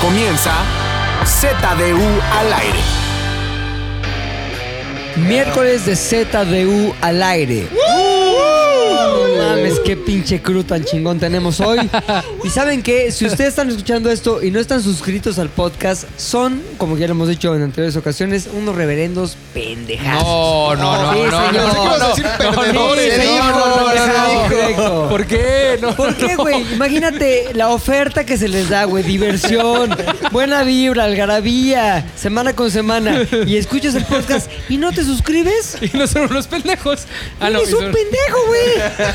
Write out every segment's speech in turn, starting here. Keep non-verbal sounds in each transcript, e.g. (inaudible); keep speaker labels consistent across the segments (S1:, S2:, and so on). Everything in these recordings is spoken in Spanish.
S1: comienza ZDU al aire.
S2: Miércoles de ZDU al aire. No mames, qué pinche crew tan chingón tenemos hoy. Y saben que si ustedes están escuchando esto y no están suscritos al podcast, son, como ya lo hemos dicho en anteriores ocasiones, unos reverendos pendejados.
S3: No, no, no,
S2: Sí,
S3: no,
S2: señor.
S3: no, no,
S2: Pensé que ibas a
S3: no,
S2: decir
S3: no,
S2: perdedores,
S3: no,
S2: ¿eh?
S3: no,
S2: No,
S3: no,
S2: no,
S3: no.
S2: correcto.
S3: ¿Por qué? No,
S2: ¿Por qué, güey? Imagínate la oferta que se les da, güey. Diversión, buena vibra, algarabía, semana con semana. Y escuchas el podcast y no te suscribes.
S3: Y no son unos pendejos. Ah, no,
S2: ¡Eres
S3: y
S2: un
S3: son-
S2: pendejo,
S3: (laughs)
S2: güey!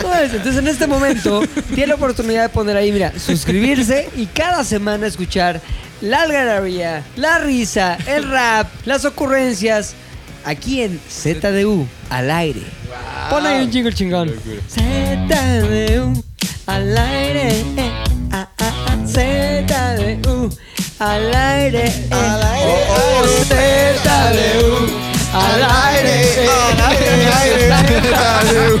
S2: ¿Sabes? Entonces, en este momento, tiene la oportunidad de poner ahí, mira, suscribirse y cada semana escuchar la algarabía, la risa, el rap, las ocurrencias, aquí en ZDU, al aire. Pon ahí un jingle chingón. ZDU, al aire, eh, ah, ah, ah, ZDU, al aire, eh. Oh, oh, ZDU, al aire, eh, eh,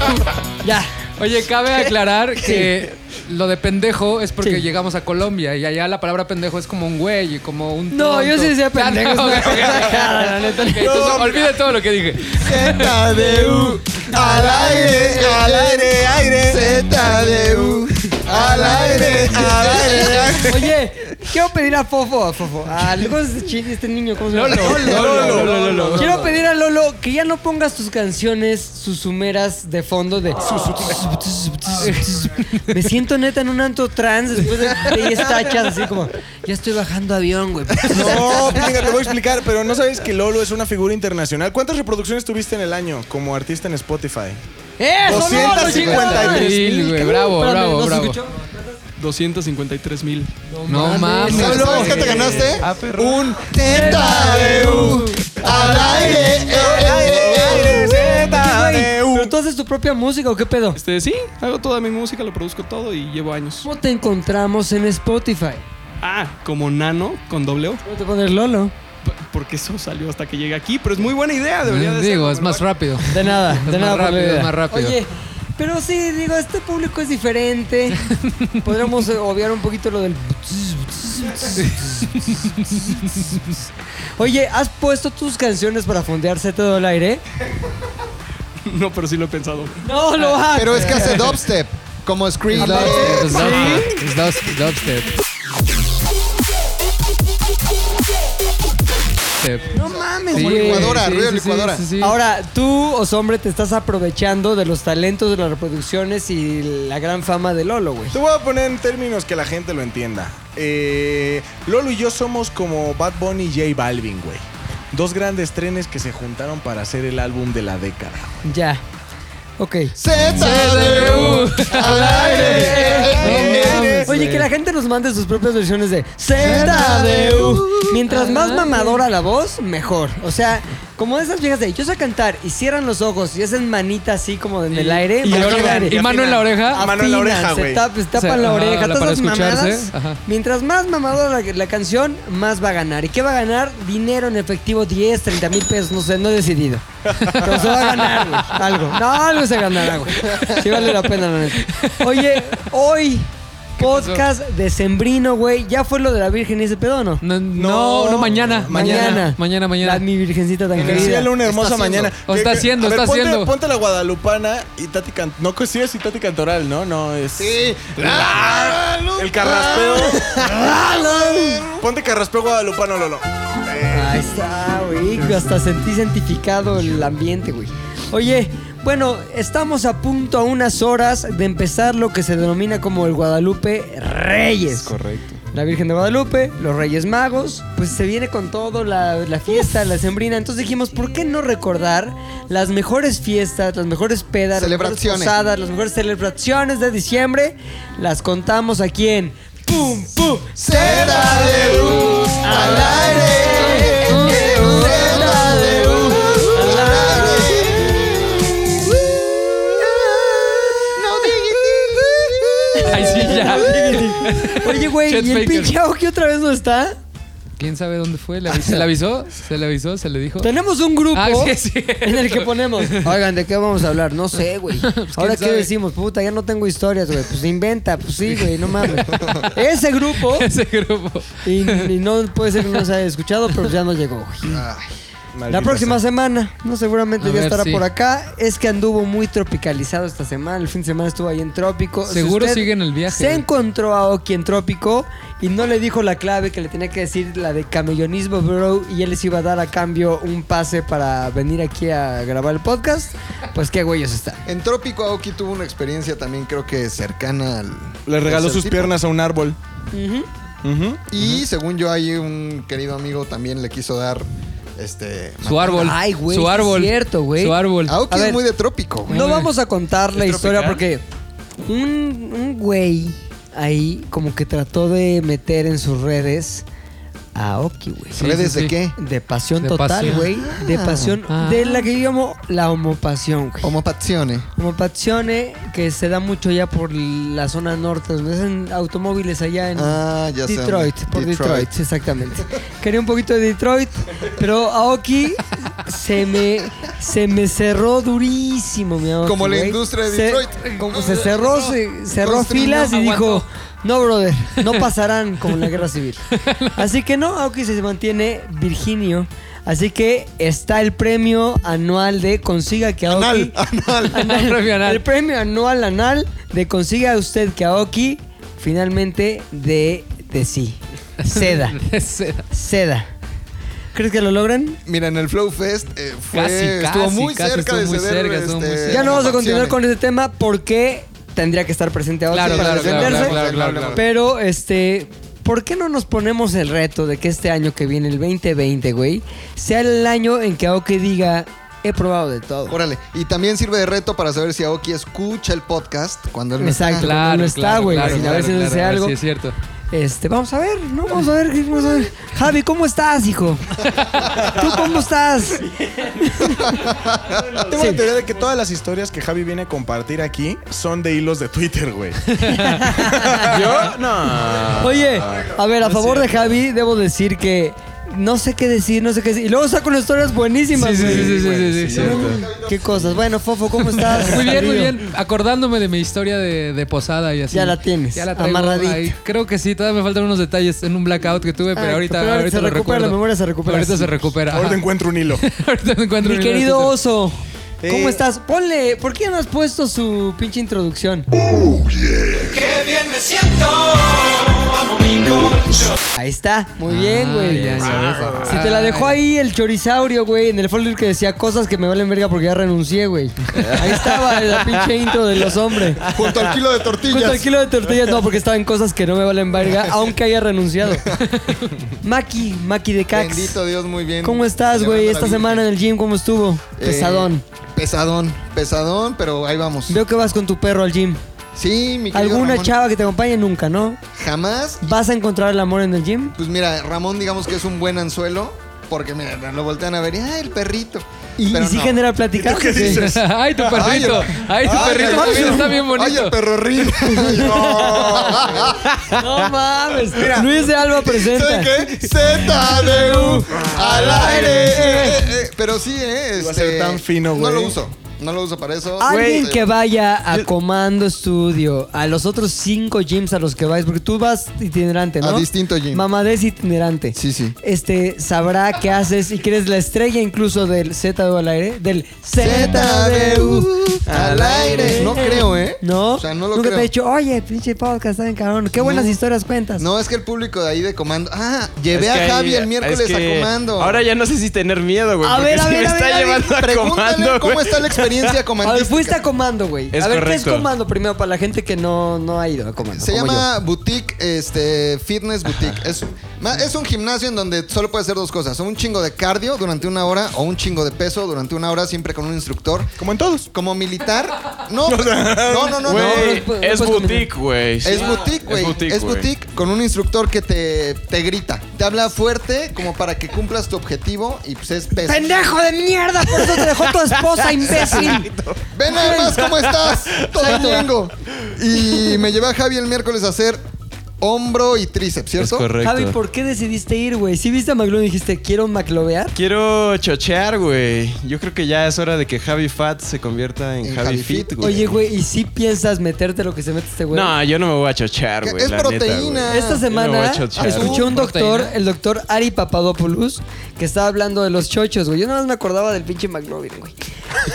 S2: ya.
S3: Oye, cabe aclarar que lo de pendejo es porque
S2: Sí.
S3: llegamos a Colombia y allá la palabra pendejo es como un güey, y como un.
S2: No,
S3: tonto.
S2: yo sí decía
S3: Ah, no,
S2: pendejo, es
S3: ok,
S2: una
S3: ok.
S2: pendejada, la neta.
S3: Ok, entonces, olvida todo lo que dije.
S4: ZDU, al aire, al aire, aire. ZDU, al aire, al aire, aire.
S2: Oye, quiero pedir a Fofo, a Fofo. A ¿cómo se- chi- este niño, ¿cómo se llama?
S3: Lolo, Lolo, Lolo, Lolo. (laughs)
S2: Quiero pedir a Lolo que ya no pongas tus canciones susumeras de fondo de... Me siento neta en un anto trans después de 10 tachas, así como... Ya estoy bajando avión, güey.
S4: (laughs) No, pues venga, te voy a explicar, pero no sabes que Lolo es una figura internacional. ¿Cuántas reproducciones tuviste en el año como artista en Spotify?
S2: ¡Eso, Lolo, chingada!
S4: 253.
S3: Sí, güey, bravo,
S2: Espérame,
S3: bravo,
S2: ¿no se
S3: bravo.
S2: escuchó?
S5: 253 mil.
S3: No mames.
S4: ¿Sabes lo que te Ah,
S3: güey.
S4: ganaste? Un ZDU, al aire, eh, aire, aire,
S2: Güey, ¿Pero
S4: ZDU.
S2: tú haces tu propia música o qué pedo?
S5: Este, sí, hago toda mi música, lo produzco todo y llevo años.
S2: ¿Cómo te encontramos en Spotify?
S5: Ah, como nano con doble O, p-
S2: ¿Cómo te pones Lolo?
S5: porque eso salió hasta que llegué aquí, pero es muy buena idea, debería de
S3: Digo,
S5: ser.
S3: es más rápido.
S2: De
S3: (laughs)
S2: nada, de
S3: más
S2: nada. por la
S3: rápido, es
S2: vida.
S3: más rápido.
S2: Oye, pero sí, digo, este público es diferente. (laughs) Podríamos eh, obviar un poquito lo del... Oye, ¿has puesto tus canciones para fondear todo al aire?
S5: (laughs) No, pero sí lo he pensado.
S2: No, lo hagas.
S6: Pero es que hace dubstep, como Scream.
S3: Es dubstep, es dubstep, es dubstep. Dubstep.
S2: No mames,
S3: Sí,
S2: güey.
S6: licuadora, ruido licuadora.
S3: sí, sí.
S2: Ahora, tú, Osombre, te estás aprovechando de los talentos de las reproducciones y la gran fama de Lolo, güey.
S4: Te voy a poner en términos que la gente lo entienda. Eh, Lolo y yo somos como Bad Bunny y J Balvin, güey. Dos grandes trenes que se juntaron para hacer el álbum de la década.
S2: Ya. Ok.
S6: ZDU, al aire.
S2: Oye, que la gente nos mande sus propias versiones de ZDU.
S3: Ah,
S2: Mientras más mamadora la voz, mejor. O sea, como esas viejas de yo sé cantar y cierran los ojos y hacen manita así como en el aire.
S3: Y,
S2: más
S3: ahora-
S2: que aire.
S3: y mano en la oreja.
S4: Ah, mano en la
S2: Afinan,
S4: oreja,
S2: se
S4: güey.
S2: tap- se tapan
S3: O sea,
S2: la
S3: ajá,
S2: oreja,
S3: la-
S2: todas
S3: para
S2: esas
S3: escucharse,
S2: mamadas.
S3: ajá.
S2: Mientras más mamadora la, la canción, más va a ganar. ¿Y qué va a ganar? Dinero en efectivo, 10, 30 mil pesos, no sé, no he decidido. Pero se va a ganar, güey, algo. No, algo se ganará, güey. Sí vale la pena, la neta. Oye, hoy, podcast de Sembrino, güey. ¿Ya fue lo de la Virgen y ese pedo o no?
S3: No, no, no, mañana.
S2: Mañana.
S3: Mañana,
S2: La,
S3: mañana.
S2: mi virgencita tan
S4: En el
S2: querida.
S4: cielo una hermosa mañana.
S3: O está
S4: Que- que-
S3: haciendo,
S4: a ver,
S3: está
S4: ponte,
S3: haciendo.
S4: Ponte la guadalupana y Tati Can- No, que sí es y Tati Cantoral, ¿no? No, es...
S6: Sí.
S4: El
S6: (laughs)
S4: carraspeo. ponte carraspeo guadalupano, Lolo.
S2: Ahí está, güey. Hasta sentí santificado el ambiente, güey. Oye, bueno, estamos a punto a unas horas de empezar lo que se denomina como el Guadalupe Reyes.
S4: Correcto.
S2: La Virgen de Guadalupe, los Reyes Magos, pues se viene con todo la, la fiesta, la sembrina. Entonces dijimos, ¿por qué no recordar las mejores fiestas, las mejores pedas, las mejores
S6: Celebraciones.
S2: posadas, las mejores celebraciones de diciembre? Las contamos aquí en Pum Pum
S6: ZDU, al aire. ZDU, al aire. No digas.
S3: Ay, sí, ya.
S2: Oye, güey,
S3: Chet
S2: ¿y el (laughs)
S3: Baker.
S2: pinche Aoki otra vez no está?
S3: ¿Quién sabe dónde fue? ¿Le avi- ¿Se le avisó? ¿Se le avisó? ¿Se le dijo?
S2: Tenemos un grupo
S3: Ah, sí, sí.
S2: en el que ponemos. Pues, Oigan, ¿de qué vamos a hablar? No sé, (laughs) güey. Ahora, ¿qué
S3: sabe?
S2: decimos? Puta, ya no tengo historias, güey. Pues inventa, pues sí, güey, no mames. Ese grupo,
S3: (laughs) Ese grupo.
S2: (laughs) y, y no puede ser que no se haya escuchado, pero ya no llegó, güey. La
S4: Maldita
S2: próxima
S4: sea.
S2: semana, no seguramente
S3: A
S2: ya
S3: ver,
S2: estará
S3: sí.
S2: por acá. Es que anduvo muy tropicalizado esta semana. El fin de semana estuvo ahí en Trópico. Si
S3: Seguro
S2: usted
S3: sigue en el viaje.
S2: Se encontró a Oki en Trópico y no le dijo la clave que le tenía que decir, la de camellonismo, bro. Y él les iba a dar a cambio un pase para venir aquí a grabar el podcast. Pues qué güeyos están.
S6: En Trópico Aoki tuvo una experiencia también creo que cercana al...
S4: Le regaló
S6: tercer
S4: sus
S6: tipo.
S4: piernas a un árbol. Ujú.
S6: Y según yo ahí un querido amigo también le quiso dar este...
S3: Su árbol.
S2: Ay, güey,
S3: Su
S2: sí es
S3: árbol.
S2: cierto, güey.
S3: Su árbol.
S6: Aoki
S2: A
S6: es
S2: ver.
S6: muy de Trópico, güey.
S2: No vamos a contar la
S5: ¿Es
S2: historia porque
S5: tropical?
S2: un, un güey ahí como que trató de meter en sus redes a Oki, güey.
S3: Sí,
S6: ¿Redes
S3: sí,
S6: de
S3: sí.
S6: qué?
S2: De pasión
S3: De
S2: total,
S3: pasión.
S2: güey. De pasión.
S3: Ah.
S2: De la que yo llamo la homopasión, güey.
S6: Homopazione.
S2: homopasione que se da mucho ya por la zona norte, donde hacen automóviles allá en
S6: Ah, ya sé.
S2: Detroit. Por Detroit. exactamente. Quería un poquito de Detroit, pero Aoki se me, se me cerró durísimo, mi Aoki,
S6: Como la
S2: güey.
S6: industria de
S2: Se-
S6: Detroit.
S2: como se cerró, se- cerró
S6: Construyó,
S2: filas y
S5: aguantó.
S2: dijo, no, brother, no pasarán como en la guerra civil. Así que no, Aoki se mantiene virginio. Así que está el premio anual de Consiga que Aoki...
S6: Anal,
S2: (laughs)
S6: anal.
S3: El premio anal.
S2: El premio anual anal de consiga usted que Aoki finalmente de, de sí.
S3: (laughs)
S2: Seda,
S3: (laughs) Ese-
S2: seda. ¿Crees que lo logran?
S6: Mira, en el Flow Fest eh, fue,
S3: Casi,
S6: estuvo
S3: casi,
S6: muy
S3: casi,
S6: cerca de
S3: estuvo muy
S6: ceder.
S3: cerca, estuvo muy
S6: este,
S3: cerca.
S2: Ya no vamos a continuar
S6: Pasiones.
S2: con este tema porque tendría que estar presente Aoki
S3: Claro,
S2: para
S3: claro, claro,
S2: defenderse.
S3: claro, claro, claro.
S2: Pero, este, ¿por qué no nos ponemos el reto de que este año que viene, el 2020, güey, sea el año en que Aoki diga, he probado de todo?
S6: Órale, y también sirve de reto para saber si Aoki escucha el podcast cuando él Ah, no está.
S2: Exacto,
S3: Claro,
S2: no está,
S3: claro,
S2: güey.
S3: claro,
S2: sin
S3: claro,
S2: haber sido
S3: claro,
S2: ese
S3: a ver
S2: algo.
S3: si es cierto.
S2: Este, vamos a ver, no, vamos a ver, vamos a ver. Javi, ¿cómo estás, hijo? ¿Tú cómo estás?
S4: Tengo
S2: Sí.
S4: la teoría de que todas las historias que Javi viene a compartir aquí son de hilos de
S3: (laughs)
S4: Twitter, güey. Yo no.
S2: Oye, a ver, a favor de Javi, debo decir que no sé qué decir, no sé qué decir. Y luego saco unas historias buenísimas.
S3: Sí, sí,
S2: güey.
S3: sí, sí, sí, sí, sí, cierto.
S2: ¿Qué cosas? Bueno, Fofo, ¿cómo estás?
S3: Muy bien, muy
S2: Querido.
S3: bien. Acordándome de mi historia de, de posada y así.
S2: Ya la tienes,
S3: Ya la traigo
S2: amarradita.
S3: ahí. Creo que sí, todavía me faltan unos detalles en un blackout que tuve, pero
S2: Ah,
S3: ahorita,
S2: pero
S3: ahorita
S2: se
S3: lo
S2: recupera, la
S3: recuerdo.
S2: memoria se recupera,
S3: Ahorita
S2: sí.
S3: se recupera.
S4: Ahora
S3: ajá.
S4: te encuentro
S3: (laughs)
S4: un hilo.
S3: Ahorita me encuentro
S2: Mi
S3: en el
S2: querido
S3: Twitter.
S2: oso, ¿cómo
S4: Eh.
S2: estás? Ponle, ¿por qué no has puesto su pinche introducción? Ahí está, muy bien,
S3: Ah,
S2: güey.
S3: ya (laughs)
S2: Ah.
S3: sabes.
S2: Si te la dejó ahí el chorizaurio, güey, en el folder que decía cosas que me valen verga porque ya renuncié, güey. Ahí estaba la pinche intro de los hombres.
S6: Junto al kilo de tortillas.
S2: Junto al kilo de tortillas, no, porque estaba en cosas que no me valen verga, aunque haya renunciado. Maki, Maki de Cax.
S6: Bendito Dios, muy bien.
S2: ¿Cómo estás, güey?
S6: Llevando la
S2: Esta
S6: vida.
S2: semana en el gym, ¿cómo estuvo?
S6: Eh,
S2: Pesadón.
S6: Pesadón, pesadón, pero ahí vamos.
S2: Veo que vas con tu perro al gym.
S6: Sí, mi querido
S2: ¿Alguna
S6: Ramón,
S2: chava que te acompañe? Nunca, ¿no?
S6: Jamás.
S2: ¿Vas a encontrar el amor en el gym?
S6: Pues mira, Ramón digamos que es un buen anzuelo, porque mira, lo voltean a ver y, ah, el perrito.
S2: ¿Y,
S6: Pero
S2: y sí
S6: no.
S2: genera plática?
S4: ¿Tú qué
S2: ¿o qué?
S4: dices?
S3: Ay, tu perrito. Ay, tu perrito
S6: el-
S3: también está bien
S6: Ay, el
S3: bonito.
S2: (laughs)
S6: perro (laughs) río.
S2: (laughs) No mames. Luis de Alba presenta.
S6: ¿Sabe qué? ZDU al aire. Eh, eh, eh. Pero sí, ¿eh?
S4: Iba a
S6: este,
S4: ser tan fino, güey.
S6: No lo uso. No lo uso para eso.
S2: Alguien
S6: Eh,
S2: que vaya a Comando Estudio, a los otros cinco gyms a los que vais, porque tú vas itinerante, ¿no?
S6: A distinto gym.
S2: Mamadés itinerante.
S6: Sí, sí.
S2: Este sabrá qué haces y que eres la estrella incluso del ZDU al aire, del ZDU
S6: al aire. No creo, ¿eh?
S2: ¿No?
S6: O sea, no lo
S2: Nunca te
S6: creo.
S2: he dicho, oye, pinche podcast, ¿saben, cabrón? Qué buenas
S6: No.
S2: historias cuentas.
S6: No, es que el público de ahí de comando. Ah, llevé
S5: Es que
S6: a
S5: ahí-
S6: Javi el miércoles
S5: es que
S6: a comando.
S5: Ahora ya no sé si tener miedo, güey.
S2: A
S5: porque
S2: ver, a
S5: sí
S2: ver,
S5: (laughs) me
S2: a ver,
S5: está
S2: a ver.
S5: llevando a
S6: Pregúntale
S5: comando,
S6: cómo
S5: güey.
S6: está la
S2: (laughs)
S6: experiencia
S2: A ver,
S6: comandística.
S2: fuiste a comando, güey.
S5: Es
S2: A ver, ¿qué es
S5: correcto.
S2: comando primero para la gente que no, no ha ido a comando?
S6: Se
S2: como
S6: llama Boutique este, Fitness Boutique. Es, ma- es un gimnasio en donde solo puede hacer dos cosas: o un chingo de cardio durante una hora o un chingo de peso durante una hora, siempre con un instructor.
S4: Como en todos.
S6: Como militar.
S4: (laughs)
S6: No, no, no, no. no. pues,
S5: Güey,
S2: no, no puedes
S5: es
S2: caminar.
S5: boutique, güey. sí.
S6: Es boutique, güey. Es boutique,
S5: güey.
S6: con un instructor que te, te grita. Te habla fuerte como para que cumplas tu objetivo y pues es peso.
S2: ¡Pendejo de mierda! Por eso te dejó tu
S6: (laughs)
S2: esposa, imbécil.
S6: Ven además cómo estás, todo tengo. Y me llevé a Javi el miércoles a hacer hombro y tríceps,
S7: Es
S6: ¿cierto?
S7: correcto.
S2: Javi, ¿por qué decidiste ir, güey? Si viste a McLuhan y dijiste, quiero maclovear.
S7: Quiero chochear, güey. Yo creo que ya es hora de que Javi Fat se convierta en,
S6: En
S7: Javi,
S6: Javi
S7: Fit,
S6: Fit.
S7: güey.
S2: Oye, güey, ¿y si piensas meterte lo que se mete este güey?
S7: No, yo no me voy a chochear,
S6: Que
S7: güey.
S6: es
S7: la neta,
S6: proteína.
S2: Esta
S7: güey.
S6: Ah,
S7: yo no
S2: semana
S7: voy a chochar.
S2: escuché a un
S3: Uh,
S2: doctor,
S3: proteína.
S2: el doctor Ari Papadopoulos, que estaba hablando de los chochos, güey. Yo nada más me acordaba del pinche McLovin, güey.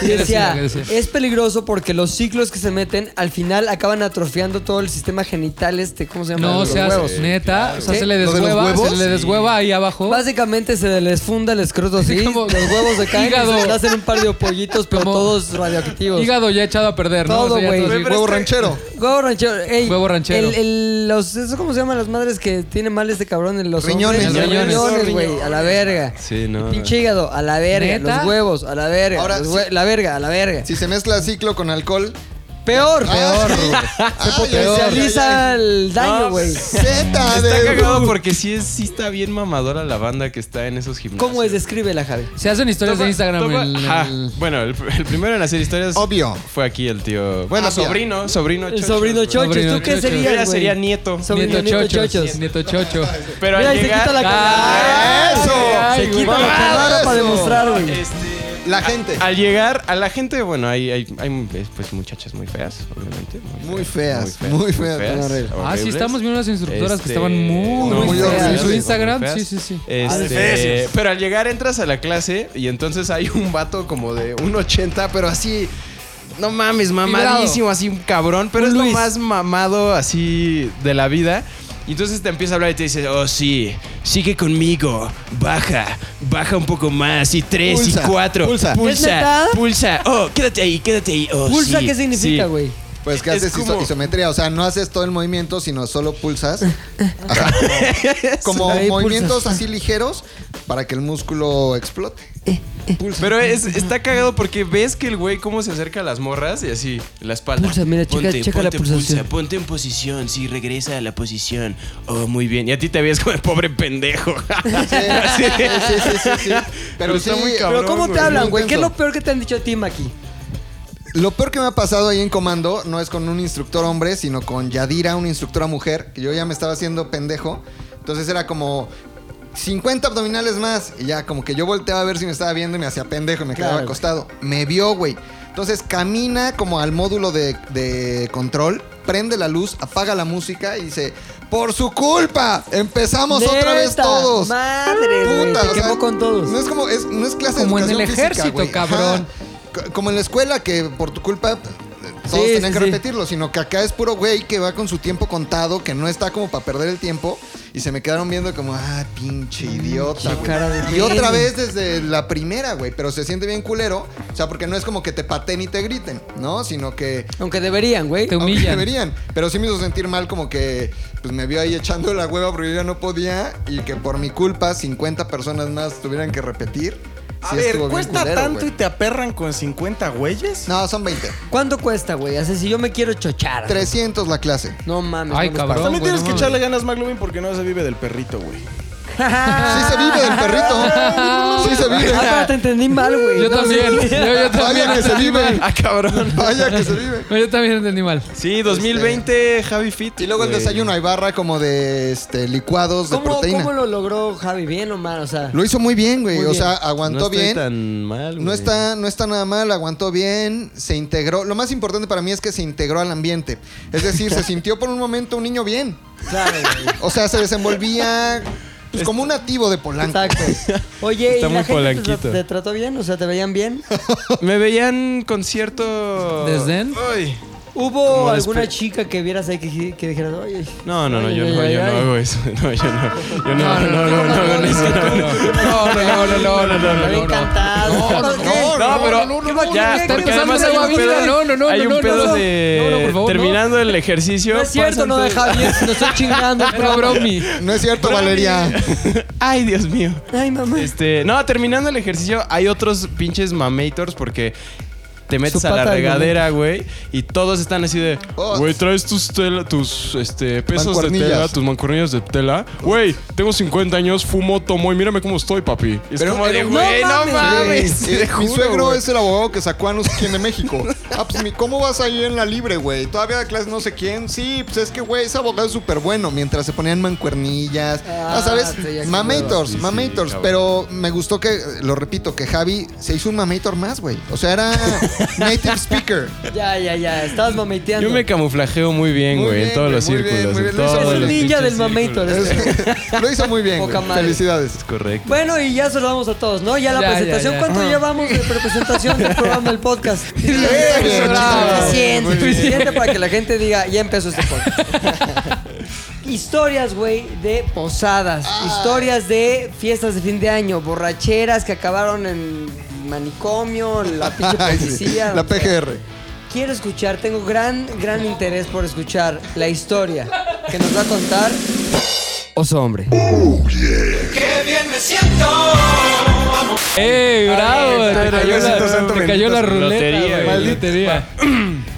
S2: Y
S3: ¿Qué
S2: decía,
S3: decía? ¿Qué decía?
S2: es peligroso porque los ciclos que se meten al final acaban atrofiando todo el sistema genital este, ¿cómo se llama?
S3: No
S2: Los
S3: seas
S2: huevos.
S3: neta, o sea,
S2: ¿Sí?
S3: se le
S6: ¿Lo de los
S3: deshueva, se
S6: huevos?
S3: le deshueva ahí abajo.
S2: Básicamente se les funda el escroto así,
S3: (laughs) Como-
S2: los huevos se caen
S3: Hígado.
S2: y se les hacen un par de pollitos, pero
S3: Como-
S2: todos radioactivos.
S3: Hígado ya echado a perder, ¿no?
S2: Todo,
S3: O sea, ya
S2: güey.
S3: así.
S6: Huevo ranchero.
S2: Huevo ranchero. ey,
S3: Huevo ranchero.
S2: El, el- los, ¿eso ¿Cómo se llaman las madres que tiene mal este cabrón en los
S6: Riñones.
S2: hombres? Los
S7: Riñones.
S2: riñones, güey. A la verga.
S7: Sí, no.
S2: Pinche hígado, a la verga.
S3: ¿Neta?
S2: Los huevos, a la verga.
S6: Ahora,
S2: los hue- La verga, a la verga.
S6: Si se mezcla ciclo con alcohol,
S2: Peor.
S6: Ah, sí. Ah, Ay, ay, ay, ay, ay.
S2: Potencializa el daño,
S7: No,
S2: güey.
S6: Zeta
S7: Está
S6: de-
S7: cagado porque sí, es, sí está bien mamadora la banda que está en esos gimnasios.
S2: ¿Cómo es? Descríbela, Javi.
S3: Se hacen historias
S7: Toma-
S3: de Instagram.
S7: toma-
S3: el-
S7: Ajá.
S3: el-
S7: Bueno, el, el primero en hacer historias
S6: Obvio.
S7: fue aquí el tío. Bueno,
S6: Obvio.
S7: sobrino, sobrino.
S2: El
S7: chocho,
S2: sobrino
S7: güey.
S2: Chocho.
S3: Sobrino
S2: ¿Tú qué
S3: chocho.
S7: Yo
S2: serías,
S7: ya
S2: güey?
S7: sería nieto.
S2: Sobrino
S3: Nieto
S2: nieto chochos.
S3: chochos. Nieto chocho.
S7: Pero
S2: Mira,
S7: al
S2: y se
S7: llegar.
S2: quita la
S7: ¡Ah!
S2: cara.
S6: ¡Eso!
S2: Se
S3: Ay,
S2: quita
S3: güey.
S2: la cara para
S6: Eso.
S2: demostrar, güey.
S7: Este,
S6: La gente.
S7: Al llegar a la gente, bueno, hay, hay, hay, eh, pues muchachas muy feas, obviamente.
S6: Muy feas, muy feas, tan horrible.
S3: Ah, sí, estamos viendo unas instructoras que
S7: Este,
S3: estaban muy,
S7: no,
S6: muy
S3: feas.
S6: horribles,
S3: En su
S6: muy
S3: Instagram,
S7: feas.
S3: sí, sí, sí.
S7: Este, pero al llegar entras a la clase y entonces hay un vato como de 1.80, pero así. No mames, mamadísimo, así un cabrón, pero
S2: Un
S7: es lo
S2: Luis.
S7: más mamado así de la vida. Y entonces te empieza a hablar y te dice, oh sí, sigue conmigo, baja, baja un poco más, y tres,
S6: Pulsa,
S7: y cuatro,
S6: pulsa.
S2: ¿Es neta?
S7: pulsa, pulsa, oh, quédate ahí, quédate ahí, oh,
S2: ¿Pulsa
S7: sí,
S2: qué significa,
S7: sí".
S2: güey?
S6: Pues que
S7: Es
S6: haces iso-
S7: como-
S6: isometría, o sea, no haces todo el movimiento, sino solo pulsas.
S7: (laughs)
S6: Ajá. Como
S2: Ahí
S6: movimientos
S2: pulsas.
S6: así ligeros para que el músculo explote.
S7: (laughs) Pero es- está cagado porque ves que el güey cómo se acerca a las morras y así, la espalda.
S2: Pulsa, mira, checa- checa la pulsación.
S7: Pulsa, ponte en posición, sí, regresa a la posición. Oh, muy bien. Y a ti te ves como el
S4: (laughs)
S7: pobre pendejo.
S6: Sí, sí, sí, sí, sí, sí. Pero sí,
S7: está muy
S2: Pero
S7: cabrón.
S2: ¿cómo te
S7: güey.
S2: hablan,
S6: Muy
S2: güey? ¿Qué es
S6: intenso.
S2: lo peor que te han dicho a ti, Maki?
S6: Lo peor que me ha pasado ahí en comando no es con un instructor hombre, sino con Yadira, una instructora mujer, que yo ya me estaba haciendo pendejo. Entonces era como 50 abdominales más. Y ya como que yo volteaba a ver si me estaba viendo y me hacía pendejo y me quedaba
S2: Claro.
S6: acostado. Me vio, güey. Entonces camina como al módulo de, de control, prende la luz, apaga la música y dice, por su culpa, empezamos otra vez
S2: ¡Neta!
S6: todos.
S2: Madre, güey.
S6: Puta,
S2: Te
S6: o sea,
S2: quemó con todos.
S6: No es como, es, no es clase
S3: Como
S6: de
S3: en
S6: educación
S3: el
S6: física,
S3: ejército,
S6: güey. Ajá.
S3: cabrón.
S6: C- Como en la escuela, que por tu culpa eh, todos
S2: Sí,
S6: tenían
S2: sí,
S6: que
S2: sí.
S6: repetirlo, sino que acá es puro güey que va con su tiempo contado, que no está como para perder el tiempo, y se me quedaron viendo como, ah, pinche idiota, güey.
S2: Mm, cara de
S6: Y otra
S2: genio.
S6: vez desde la primera, güey, pero se siente bien culero, o sea, porque no es como que te paten y te griten, ¿no? Sino que
S2: Aunque deberían, güey.
S3: Te
S6: aunque
S3: humillan.
S6: (laughs) deberían. Pero sí me hizo sentir mal como que pues me vio ahí echando la hueva porque yo ya no podía y que por mi culpa 50 personas más tuvieran que repetir.
S4: A
S6: Sí
S4: ver,
S6: estuvo bien
S4: cuesta
S6: culero,
S4: tanto y
S6: güey.
S4: te aperran con 50 güeyes.
S6: No, son 20.
S2: ¿Cuánto cuesta, güey? Así si yo me quiero chochar.
S6: 300 la clase.
S2: No mames.
S3: Ay,
S2: no nos
S3: cabrón.
S4: También
S3: güey,
S4: tienes
S3: no
S4: que
S3: mames.
S4: echarle ganas, McLovin, porque no se vive del perrito, güey.
S6: (laughs) Sí se vive del perrito. Sí se vive.
S2: Ah, pero te entendí mal, güey.
S3: Yo
S2: No, (laughs)
S3: también. Yo,
S2: sí.
S3: yo también.
S6: Vaya que se
S3: entendí
S6: vive.
S3: mal.
S7: Ah, cabrón.
S6: Vaya que se vive.
S3: No, yo también entendí mal.
S7: Sí, 2020, Javi Fit.
S6: Este, Y luego el
S7: güey.
S6: desayuno hay barra como de este licuados de
S2: ¿Cómo,
S6: proteína.
S2: ¿Cómo
S6: lo...
S2: lo logró Javi? ¿Bien o mal? O sea,
S6: hizo muy bien, güey.
S2: Muy
S6: O
S2: bien.
S6: sea,
S7: No
S6: aguantó
S7: estoy
S6: bien.
S7: tan mal,
S6: No
S7: güey.
S6: está, no está nada mal, aguantó bien, se integró. Lo más importante para mí es que se integró al ambiente. Es decir, se sintió por un momento un niño bien.
S2: claro,
S7: (laughs)
S2: güey.
S6: O sea, se desenvolvía pues, como un nativo de Polanco.
S2: Exacto. Oye,
S7: Está
S2: ¿y
S7: muy
S2: la gente te,
S7: polanquito.
S2: te trató bien? O sea, ¿te veían bien?
S7: (laughs) Me veían concierto.
S3: ¿Desdén?
S7: Ay.
S2: ¿Hubo
S7: Como
S2: alguna
S7: despe-
S2: chica que vieras ahí que, que dijeras, oye...
S7: No, no, no,
S2: ay,
S7: yo
S2: ay,
S7: no,
S2: ay,
S7: yo no
S2: ay"?
S7: hago eso. (laughs) No, yo no. Yo no, no, no, no, no,
S2: no,
S7: hago
S2: no,
S7: eso, no, no.
S3: No, no, no, no, no, no, no,
S2: Me
S3: no, no.
S2: encantado.
S7: No, pero ya,
S2: ¿Qué?
S7: porque
S2: ¿Qué?
S7: además
S2: ¿Qué?
S7: hay un
S2: ¿Qué?
S7: pedo,
S3: No, no, no,
S7: hay
S3: no,
S7: un
S3: no,
S7: pedo
S3: no.
S7: de
S3: No, no, por favor, no.
S7: terminando el ejercicio. pues,
S2: No es cierto,
S7: pasan
S2: no
S7: todo-
S2: deja bien, no estoy
S7: (laughs)
S2: chingando.
S3: Era bromi.
S6: No es cierto, Valeria.
S7: Ay, Dios mío.
S2: Ay, mamá.
S7: Este, no, terminando el ejercicio, hay otros pinches mamators porque te metes
S2: Su
S7: a la
S2: pata de
S7: regadera, güey, y todos están así de,
S6: Oh.
S7: güey, traes tus tela- tus este pesos de
S6: Mancuernillas.
S7: tela, tus mancuernillas de tela. Güey, tengo 50 años, fumo, tomo y mírame cómo estoy, papi. Y es
S6: Pero
S7: como de,
S6: era un-
S7: güey,
S2: No
S7: no
S2: mames,
S7: mames.
S6: Eh,
S7: te
S6: mi
S7: juro,
S6: suegro
S7: güey.
S6: es el abogado que sacó a no sé quién de México. Ah, pues, mi- ¿cómo vas ahí en la libre, güey? Todavía da clase no sé quién. Sí, pues es que, güey, ese abogado es súper bueno. Mientras se ponían mancuernillas.
S2: Ah,
S6: Ah, ¿sabes?
S2: sí, ya qué
S6: Mamators,
S7: Sí, sí,
S6: mamators.
S7: cabrón.
S6: pero me gustó que, lo repito, que Javi se hizo un mamator más, güey. O sea, era native speaker.
S2: Ya, ya, ya. Estabas mameteando.
S7: Yo me camuflajeo muy bien,
S6: Muy
S7: güey, en
S6: bien,
S7: todos
S6: güey,
S7: los
S6: muy bien,
S7: círculos.
S6: muy
S7: en
S6: bien. Lo hizo
S7: todos
S2: el
S7: los
S2: ninja del este.
S7: pinches
S2: mamator.
S7: círculos.
S6: lo hizo muy bien,
S2: Poca
S6: güey.
S2: madre.
S6: Felicidades.
S7: Correcto.
S2: Bueno, y ya se lo damos a todos, ¿no? Ya la
S3: Ya, ya,
S2: presentación.
S3: ya.
S2: ¿Cuánto llevamos de presentación del programa del podcast? (laughs)
S6: bien, bravo.
S2: Suficiente,
S6: Muy bien.
S2: suficiente para que la gente diga, ya empezó este podcast. (laughs) Historias, güey, de posadas.
S6: Ah.
S2: Historias de fiestas de fin de año. Borracheras que acabaron en manicomio,
S6: (laughs)
S2: en la pinche
S6: Ay, sí.
S2: policía.
S6: La PGR.
S2: Quiero escuchar, tengo gran, gran interés por escuchar la historia que nos va a contar Oso Hombre.
S3: ¡Ey, Eh, bravo! Te cayó
S4: Diosito
S3: la,
S4: santo
S3: te
S4: bendito,
S3: cayó la
S4: sí.
S3: ruleta,
S7: Lotería,
S3: güey.
S7: güey.
S3: Lotería.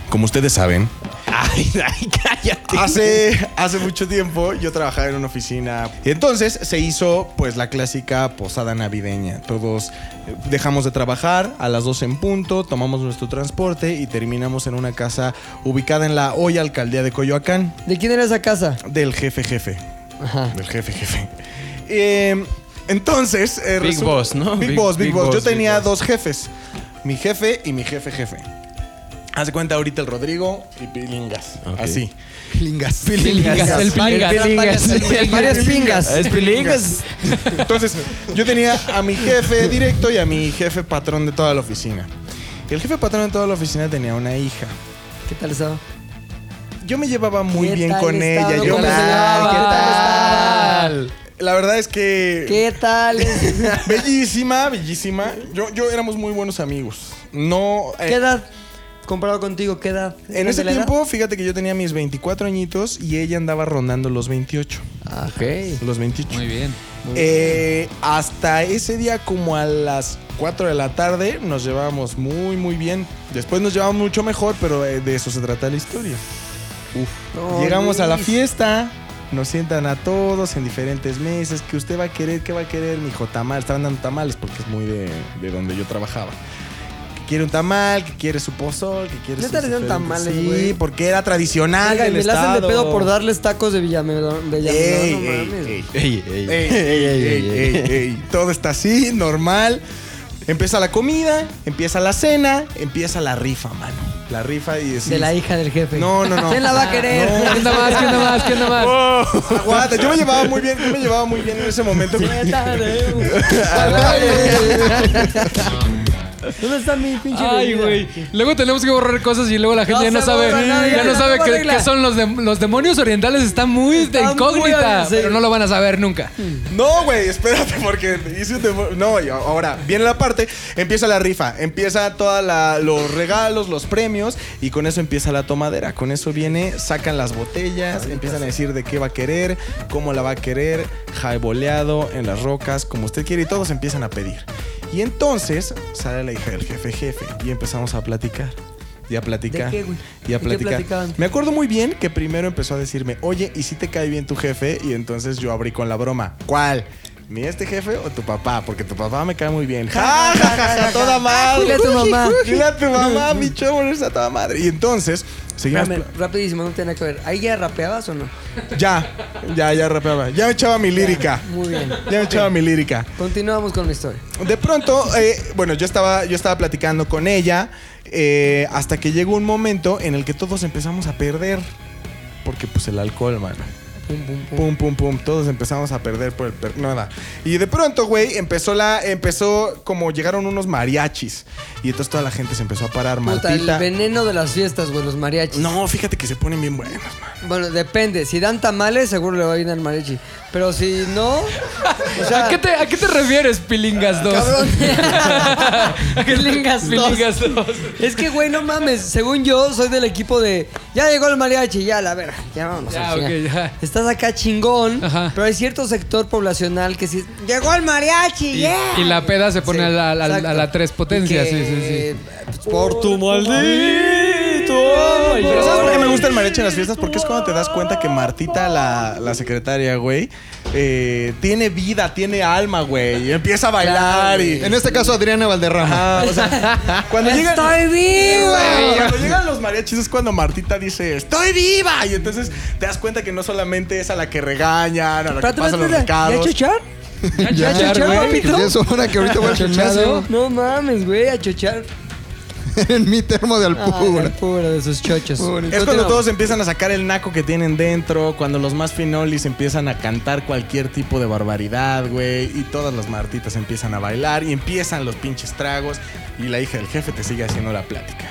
S4: Como ustedes saben,
S7: Ay, (laughs) ay, cállate.
S4: hace, hace mucho tiempo yo trabajaba en una oficina. Y entonces se hizo pues la clásica posada navideña. Todos eh, dejamos de trabajar a las 12 en punto, tomamos nuestro transporte y terminamos en una casa ubicada en la hoy alcaldía de Coyoacán.
S2: ¿De quién era esa casa?
S4: Del jefe jefe.
S2: Ajá.
S4: Del jefe jefe. Eh, entonces... eh,
S7: Big
S4: resu-
S7: Boss, ¿no?
S4: Big,
S7: Big-
S4: Boss, Big,
S7: Big
S4: Boss. Yo
S7: Boss, Big
S4: tenía
S7: Boss.
S4: dos jefes. Mi jefe y mi jefe jefe. Haz de cuenta ahorita el Rodrigo y Pilingas.
S7: Ok.
S4: Así.
S6: Pilingas.
S3: Pilingas, el
S2: Varias-
S3: pilingas.
S2: eran varias- eran Varias pingas.
S7: Es pilingas.
S4: Entonces, yo tenía a mi jefe directo y a mi jefe patrón de toda la oficina. El jefe patrón de toda la oficina tenía una hija.
S2: ¿Qué tal estaba?
S4: Yo me llevaba muy
S2: ¿Qué
S4: bien
S2: tal
S4: con
S2: estaba?
S4: ella. Yo
S2: ¿Cómo
S4: me-
S2: se llamaba?
S4: Ay,
S2: ¿Qué tal estaba?
S4: qué- La verdad es que
S2: ¿Qué tal? es-
S4: bellísima, bellísima. Yo, yo éramos muy buenos amigos. No eh,
S2: ¿Qué edad? Comparado contigo, ¿qué edad?
S4: en ese
S2: ¿De la edad?
S4: tiempo, fíjate que yo tenía mis 24 añitos y ella andaba rondando los 28.
S2: Ah, ok.
S4: Los 28.
S3: Muy bien.
S4: Eh, hasta ese día, como a las 4 de la tarde, nos llevábamos muy, muy bien. Después nos llevábamos mucho mejor, pero eh, de eso se trata la historia.
S2: No,
S4: Llegamos a la
S2: Oh, Luis.
S4: fiesta, nos sientan a todos en diferentes mesas. Que usted va a querer, que va a querer, mi hijo, tamal. Estaban dando tamales porque es muy de, de donde yo trabajaba. Que quiere un tamal, que quiere su pozol, que quiere
S2: ¿Neta
S4: sus
S2: le dieron
S4: diferentes-
S2: tamales,
S4: Sí,
S2: güey?
S4: porque era tradicional
S2: Oigan,
S4: del
S2: me la hacen de
S4: estado.
S2: pedo por darles tacos de Villamedón. De
S4: Ey,
S2: Villamedón, no
S4: ey,
S2: mames.
S4: ey.
S7: Ey, ey.
S4: Ey, ey, ey, ey, ey. Todo está así, normal. Empieza la comida, empieza la cena, empieza la rifa, mano. La rifa y decís,
S2: De la hija del jefe.
S4: No, no, no.
S2: ¿Quién la va a querer?
S3: ¿Qué
S2: (laughs)
S3: onda más? ¿Qué onda más? ¿Qué onda más?
S4: Aguanta, yo me llevaba muy bien, yo me llevaba muy bien en ese momento.
S2: ¿Qué tal, eh? ¿Dónde está mi pinche
S3: Ay,
S2: bebida?
S3: güey. Luego tenemos que borrar cosas y luego la gente
S2: No
S3: ya no
S2: se
S3: sabe.
S2: borra nada, ya
S3: Ya
S2: no
S3: no sabe
S2: tengo
S3: qué
S2: regla.
S3: qué son los, dem- los demonios orientales. Está muy de
S2: Está muy
S3: incógnita.
S2: sí.
S3: Pero no lo van a saber nunca.
S4: No, güey, espérate, porque hice un demo- No, y ahora, viene la parte, empieza la rifa, empieza todos los regalos, los premios, y con eso empieza la tomadera. Con eso viene, sacan las botellas, empiezan a decir de qué va a querer, cómo la va a querer, jaiboleado, en las rocas, como usted quiere, y todos empiezan a pedir. Y entonces sale la hija del jefe jefe, y empezamos a platicar. Y a platicar.
S2: qué, güey?
S4: y
S2: ¿De qué
S4: a platicar.
S2: platicaban?
S4: Me acuerdo muy bien que primero empezó a decirme, oye, ¿y si te cae bien tu jefe? Y entonces yo abrí con la broma. ¿Cuál? ¿Mi este jefe o tu papá? Porque tu papá me cae muy bien. ¡Ja, ja, ja, ja! ¡Toda madre!
S2: Dile a tu mamá.
S4: Dile a tu mamá, mi chavo, eres a toda madre. Y entonces, seguimos...
S2: Espérame, rapidísimo, no tiene nada que ver. ¿Ahí ya rapeabas o no?
S4: pla- Ya, ya, ya rapeaba. Ya me echaba mi lírica.
S2: Muy bien.
S4: Ya me echaba mi lírica.
S2: Continuamos con la historia.
S4: De pronto, eh, bueno, yo estaba, yo estaba platicando con ella eh, hasta que llegó un momento en el que todos empezamos a perder. Porque pues el alcohol, mano.
S2: Pum, pum, pum.
S4: Pum, pum, pum. Todos empezamos a perder por el... per- nada. Y de pronto, güey, empezó la... Empezó como llegaron unos mariachis. Y entonces toda la gente se empezó a parar.
S2: Puta, el
S4: Martita...
S2: veneno de las fiestas, güey, los mariachis.
S4: No, fíjate que se ponen bien buenos, man.
S2: Bueno, depende. Si dan tamales, seguro le va bien al mariachi. Pero si no, o sea,
S3: ¿A (laughs) qué te, a qué te refieres, Pilingas 2? (laughs)
S2: cabrón. Pilingas dos.
S3: Pilingas 2.
S2: Es que, güey, no mames. Según yo, soy del equipo de. Ya llegó el mariachi, ya, la verga. Ya vámonos.
S3: Ya,
S2: al
S3: ok,
S2: chingar".
S3: ya.
S2: Estás acá chingón,
S3: Ajá.
S2: pero hay cierto sector poblacional que sí. ¡Llegó el mariachi!
S3: Y,
S2: yeah".
S3: y la peda se pone
S2: Sí,
S3: a, la, a la- a la
S2: exacto.
S3: tres
S2: Y
S3: potencias. Sí, sí, sí.
S2: que, pues, Por tu maldito
S3: Oh my
S4: Pero
S3: God.
S4: ¿sabes por qué me gusta el mariachi en las fiestas? Porque es cuando te das cuenta que Martita, la, la secretaria, güey, eh, tiene vida, tiene alma, güey. Y empieza a bailar y...
S6: En este caso, Adriana Valderrama.
S4: Ajá, o sea, cuando llegan...
S2: ¡Estoy
S4: Güey,
S2: viva!
S4: Cuando llegan los mariachis es cuando Martita dice ¡Estoy viva! Y entonces te das cuenta que no solamente es a la que regañan, a la que
S2: Espérate,
S4: pasa los
S2: espérate, ¿Ya
S4: recados.
S2: chochar? ¿Ya
S6: Ya,
S2: chochar,
S6: güey,
S2: papito?
S6: pues ya es hora que ahorita voy al gimnasio.
S2: No mames, güey, a chochar.
S6: en mi termo de
S2: Ah,
S6: alpura.
S2: pura de sus chochos.
S4: Pues, Es cuando todos empiezan a sacar el naco que tienen dentro, cuando los más finolis empiezan a cantar cualquier tipo de barbaridad, güey, y todas las martitas empiezan a bailar y empiezan los pinches tragos y la hija del jefe te sigue haciendo la plática.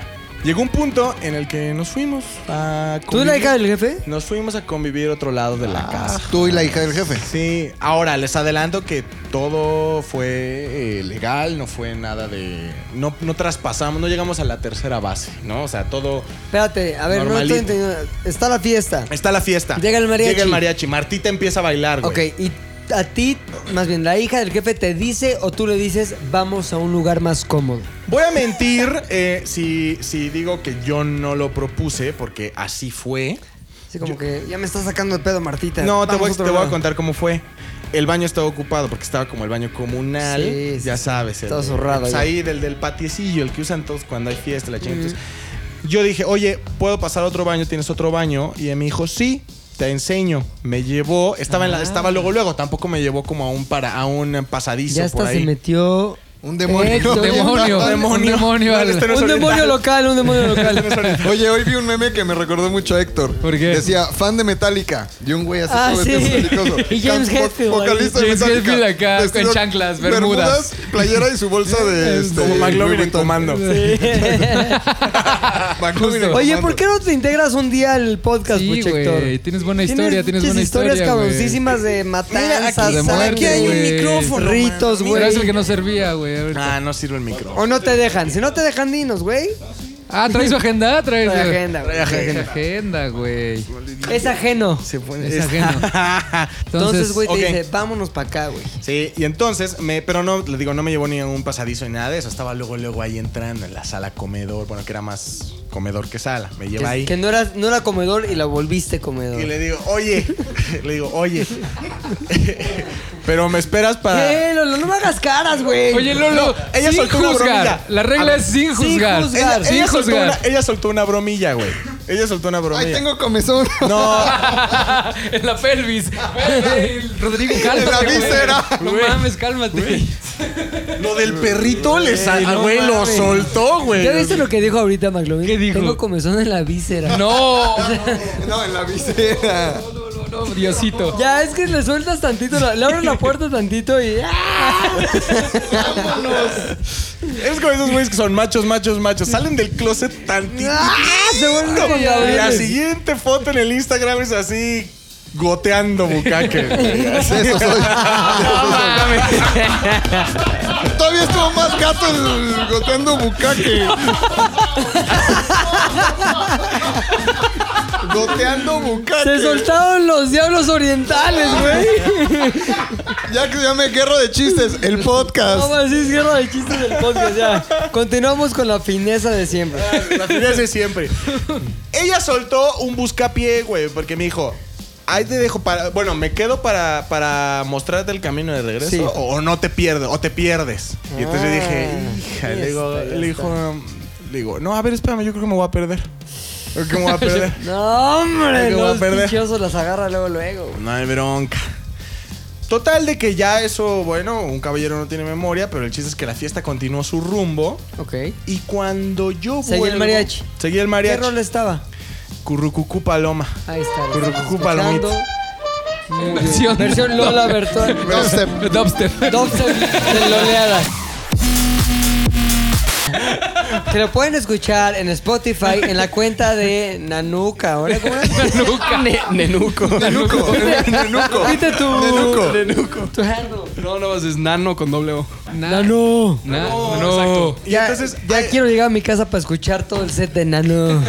S4: Llegó un punto en el que nos fuimos a
S2: ¿Tú eres la
S4: convivir.
S2: hija del Ah. jefe?
S4: Nos fuimos a convivir otro lado de la casa.
S6: Ah, Tú y la hija del jefe.
S4: Sí, ahora les adelanto que todo fue eh, legal, no fue nada de... No, no traspasamos, no llegamos a la tercera base, ¿no? O sea, todo...
S2: Espérate, a ver,
S4: Normalito.
S2: no estoy entendiendo. Está la fiesta.
S4: Está la fiesta.
S2: Llega el mariachi.
S4: Llega el mariachi. Martita empieza a bailar, güey.
S2: Ok, y a ti, más bien, la hija del jefe te dice o tú le dices, vamos a un lugar más cómodo.
S4: Voy a mentir eh, si, si digo que yo no lo propuse, porque así fue.
S2: Así como que ya me estás sacando de pedo, Martita.
S4: No, te
S2: Vamos
S4: voy,
S2: otro
S4: te voy a
S2: lado.
S4: contar cómo fue. El baño estaba ocupado porque estaba como el baño comunal.
S2: Sí, sí,
S4: ya
S2: sí.
S4: sabes. el-
S2: Estaba zurrado
S4: pues
S2: ya.
S4: ahí del, del patiecillo, el que usan todos cuando hay fiesta, la chingada. Entonces, yo dije, oye, ¿puedo pasar a otro baño? ¿Tienes otro baño? Y él me dijo, sí, te enseño. Me llevó, estaba, en
S2: Ah.
S4: la, estaba luego, luego. Tampoco me llevó como a un, para, a un pasadizo
S2: Ya
S4: por
S2: hasta
S4: ahí.
S2: se metió.
S6: Un demonio. (laughs)
S2: Héctor.
S3: Un demonio.
S6: Un
S3: Un
S4: demonio.
S3: demonio.
S4: No,
S3: al-
S4: este no es
S2: Un demonio (laughs)
S4: oriental.
S2: local, un demonio local.
S6: Oye, hoy vi un meme que me recordó mucho a Héctor.
S3: ¿Por qué?
S6: Decía, fan de Metallica. Y un güey así
S2: Ah,
S6: todo
S2: sí.
S6: estericoso.
S2: (laughs) Y James
S6: Can- vo-
S2: Hetfield,
S6: Vocalista
S3: ahí.
S6: de
S3: James
S6: Metallica.
S3: Hetfield acá, con
S6: Vestido-
S3: chanclas, bermudas.
S6: Playera y su bolsa
S3: (laughs)
S6: de... este,
S4: Como
S6: Louis
S4: McLovin en
S6: Vuitton.
S4: comando.
S6: McLovin en
S2: Oye,
S6: comando.
S2: ¿por qué no te integras un día al podcast, pues,
S3: Sí,
S2: Puchector?
S3: güey. Tienes buena historia, tienes,
S2: muchas
S3: buena historia.
S2: historias
S3: güey.
S2: cabroncísimas de matanzas,
S3: aquí-
S2: sangre,
S3: aquí hay un
S2: güey.
S3: micrófono,
S2: ritos,
S3: Pero es el que
S2: güey.
S3: no servía, güey. ahorita.
S4: Ah, no sirve el micro.
S2: O no te dejan. Si no te dejan, dinos, güey.
S3: Ah,
S2: (laughs)
S3: ¿traes su agenda? Traes
S2: Trae agenda, güey.
S3: Trae agenda. agenda, güey.
S2: Es ajeno. (laughs)
S3: Es ajeno.
S2: Entonces, güey,
S4: ok.
S2: te dice, vámonos para acá, güey.
S4: Sí, y entonces, me, pero no, le digo, no me llevó ni a un pasadizo ni nada de eso. Estaba luego, luego ahí entrando en la sala comedor, bueno, que era más comedor que sala. Me lleva
S2: Que,
S4: ahí.
S2: que no, era, no era comedor y la volviste comedor.
S4: Y le digo, oye, (laughs) le digo, oye, (laughs) pero me esperas para...
S2: ¿Qué, Lolo? No me hagas caras, güey.
S3: Oye, Lolo,
S4: ella
S3: sin
S4: soltó una
S3: juzgar.
S4: bromilla.
S3: La
S4: A
S3: regla
S4: ver,
S3: es sin
S2: sin
S3: juzgar.
S2: juzgar.
S4: Ella,
S3: Sin
S4: ella soltó
S3: juzgar.
S4: una, ella soltó una bromilla, güey. Ella soltó una bromilla.
S6: Ay, tengo comezón.
S4: No,
S3: En la pelvis. Güey,
S6: (laughs)
S3: Rodrigo, cálmate.
S6: la
S3: güey.
S6: víscera.
S3: (laughs) No mames, cálmate.
S4: lo del perrito le sal-
S3: no
S4: güey, lo
S3: mames.
S4: soltó, güey.
S2: ¿Ya viste lo que dijo ahorita McLovin?
S3: ¿Qué dijo?
S2: Tengo comezón en la víscera.
S3: (laughs) No.
S6: No, en la visera.
S3: No, no, Diosito.
S2: Ya, es que le sueltas tantito, la- le abres la puerta tantito y...
S3: (laughs)
S2: ¡ah!
S4: Es como esos güeyes que son machos, machos, machos. Salen del closet tantito.
S2: Se vuelve con
S4: La
S2: Gabriel.
S4: siguiente foto en el Instagram es así goteando (laughs) bucaque.
S6: Eso soy. Todavía estuvo más gato el goteando
S4: (laughs)
S6: bucaque. goteando
S2: Se
S6: bucaque.
S2: soltaron los diablos orientales,
S3: (laughs)
S2: güey.
S6: Ya que se llame guerra de chistes, el podcast.
S2: Vamos a decir, es guerra de chistes del podcast, ya. Continuamos con la fineza de siempre.
S4: La fineza de siempre. Ella soltó un buscapié, güey, porque me dijo, ahí te dejo para... Bueno, me quedo para, para mostrarte el camino de regreso
S2: Sí.
S4: o, o no te pierdo, o te pierdes. Y entonces yo dije, hija,
S2: ya
S4: le digo,
S2: Ah, está, ya
S4: le dijo, le digo, no, a ver, espérame, yo creo que me voy a perder. Creo que me voy a perder.
S2: (laughs) No, hombre,
S4: Creo que voy a
S2: los
S4: perder.
S2: pichiosos las agarra luego, luego. güey.
S4: No hay bronca. Total de que ya eso, bueno, un caballero no tiene memoria, pero el chiste es que la fiesta continuó su rumbo.
S2: Ok.
S4: Y cuando yo
S2: Seguí el
S4: vuelvo-
S2: mariachi.
S4: Seguí el
S2: ¿Qué
S4: mariachi.
S2: rol estaba?
S4: Currucucú Paloma.
S2: Ahí está. lo estamos
S4: Currucucú Palomita.
S2: escuchando. Muy bien.
S3: Versión-
S2: Versión Lola
S4: (laughs)
S2: Bertón.
S6: Dubstep.
S3: Dubstep.
S2: Dobson de Loleada. Que lo pueden escuchar en Spotify en la cuenta de Nanuca. ¿Ahora cómo es?
S3: Nunca.
S5: Nenuco.
S6: Nenuco.
S4: (laughs)
S6: Nenuco.
S2: Repite tu,
S6: Nenuco.
S2: tu handle.
S5: No, no, es Nano con doble O.
S2: Nano.
S3: No, no.
S4: Y
S2: Ya,
S4: entonces,
S2: ya
S4: ya-
S2: quiero llegar a mi casa para escuchar todo el set de Nano.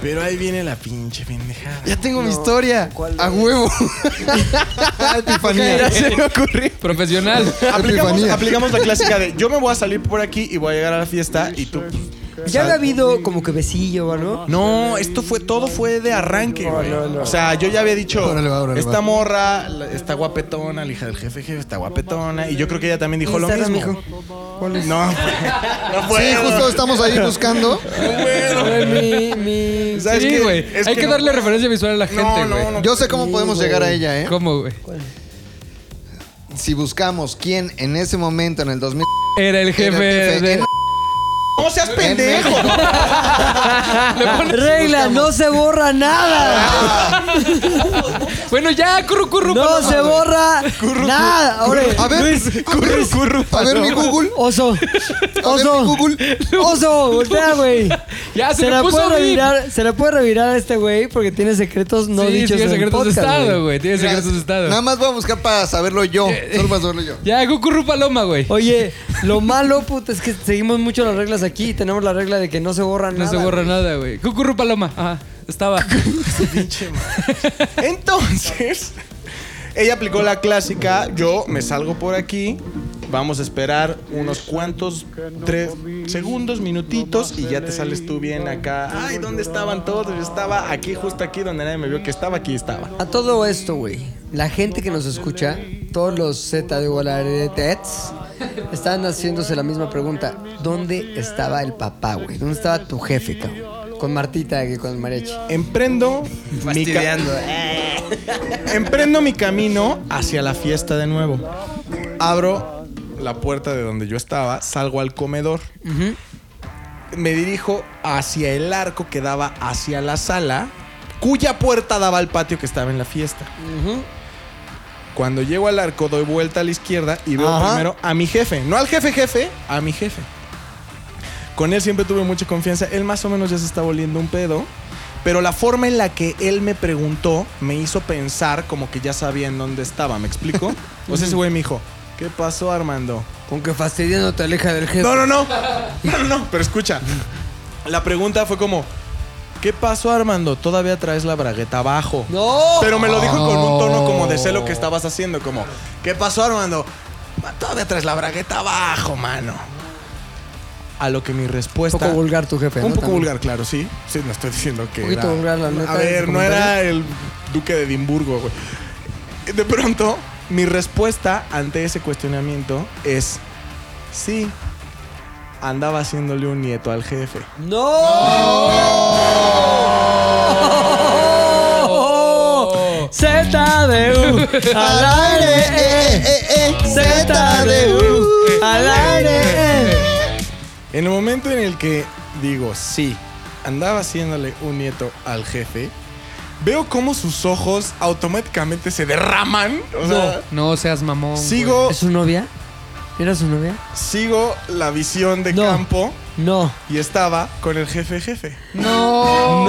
S4: Pero ahí viene la pinche pendejada.
S6: Ya tengo mi historia.
S2: ¿cuál
S6: A
S2: es?
S3: (laughs)
S6: huevo. Epifanía.
S3: Profesional.
S4: Aplicamos,
S2: (laughs)
S6: Epifanía.
S4: aplicamos la clásica de yo me voy a salir por aquí y voy a llegar a la fiesta y tú pues,
S2: Ya había habido como que besillo o algo.
S4: No, esto fue todo fue de arranque, güey. O sea, yo ya había dicho,
S6: Órale, va, órale,
S4: esta
S6: va.
S4: morra la- está guapetona, la hija del jefe, jefe está guapetona. Y yo creo que ella también dijo lo
S2: Instagram,
S4: mismo.
S2: mijo. ¿Cuál es?
S4: No, güey, no puedo.
S6: Sí, justo este estamos ahí buscando.
S4: no puedo.
S2: A ver, mi, mi...
S4: ¿Sabes
S3: Sí,
S4: qué?
S3: güey.
S4: Es
S3: Hay que,
S4: no-
S3: darle referencia visual a la gente,
S4: No,
S3: güey.
S4: no, no.
S6: Yo sé cómo podemos llegar a ella, ¿eh?
S3: ¿Cómo, güey?
S6: Si buscamos quién en ese momento, en el 2000...
S3: Era el jefe
S6: era el jefe,
S3: de...
S6: en-
S4: No seas pendejo.
S2: "Ah, Regla, no se borra nada.
S3: Bueno, ya, curru, curru.
S2: No
S3: palo.
S2: se borra nada. Ahora,
S6: A ver,
S4: Curru, curru.
S6: a ver mi Google.
S2: oso.
S6: A ver mi
S2: Oso.
S6: Google.
S2: Oso,
S3: (laughs)
S2: voltea, güey.
S3: Ya,
S2: Se
S3: se, me
S2: la,
S3: puso
S2: puede
S3: VIP.
S2: revirar, se la puede revirar a este güey porque tiene secretos no
S3: sí,
S2: dichos
S3: tiene
S2: en el
S3: secretos
S2: podcast,
S3: de
S2: güey.
S3: estado, güey. Tiene secretos de
S6: Nada
S3: estado.
S6: más voy a buscar para saberlo yo. Solo para saberlo yo.
S3: Ya, Cucurru Paloma, güey.
S2: Oye, lo malo, puta, es que seguimos mucho las reglas aquí y tenemos la regla de que no se borra
S3: No
S2: nada.
S3: se borra nada, güey. Cucurru Paloma. Ajá,
S2: (laughs)
S3: estaba.
S4: Entonces, ella aplicó la clásica, yo me salgo por aquí, vamos a esperar unos cuantos, tres segundos, minutitos, y ya te sales tú bien acá. Ay, ¿dónde estaban todos? Yo estaba aquí, justo aquí, donde nadie me vio que estaba, aquí estaba.
S2: A todo esto, güey, la gente que nos escucha, todos los Z de Guadalajara Tets, están haciéndose la misma pregunta. ¿Dónde estaba el papá, güey? ¿Dónde estaba tu jefe, cabrón? Con Martita, que con el mariachi.
S4: Emprendo mi, ca- (laughs) Emprendo mi camino hacia la fiesta de nuevo. Abro la puerta de donde yo estaba, salgo al comedor. Me dirijo hacia el arco que daba hacia la sala, cuya puerta daba al patio que estaba en la fiesta. Cuando llego al arco, doy vuelta a la izquierda y veo
S6: Ajá.
S4: primero a mi jefe. No al jefe jefe, a mi jefe. Con él siempre tuve mucha confianza. Él más o menos ya se está volviendo un pedo. Pero la forma en la que él me preguntó me hizo pensar como que ya sabía en dónde estaba. ¿Me explico? O sea, ese güey me dijo, ¿qué pasó Armando?
S2: Con que fastidiando te aleja del jefe.
S4: No, no, no. No, no, no. Pero escucha. La pregunta fue como, ¿qué pasó Armando? Todavía traes la bragueta abajo.
S2: ¡No!
S4: Pero me lo dijo con un tono como de celo que estabas haciendo, como, ¿qué pasó, Armando? Ma, Todavía traes la bragueta abajo, mano. A lo que mi respuesta.
S2: Un poco vulgar tu jefe,
S4: Un
S2: ¿no?
S4: poco
S2: También.
S4: vulgar, claro, sí. Sí, no estoy diciendo que.
S2: Un poquito
S4: era-
S2: vulgar, la neta,
S4: A
S2: ese
S4: ver, no
S2: comentario.
S4: era el duque de Edimburgo, güey. De pronto, mi respuesta ante ese cuestionamiento es: sí, andaba haciéndole un nieto al jefe.
S2: ¡No! ZDU (laughs) al aire, eh, eh, eh, ZDU al aire. eh.
S4: En el momento en el que digo sí, andaba haciéndole un nieto al jefe, veo cómo sus ojos automáticamente se derraman. O sea,
S3: (laughs) No seas mamón. güey.
S4: sigo,
S2: ¿Es su novia? ¿Era su novia?
S4: sigo la visión de
S2: No.
S4: campo
S2: No.
S4: y estaba con el jefe jefe.
S3: No.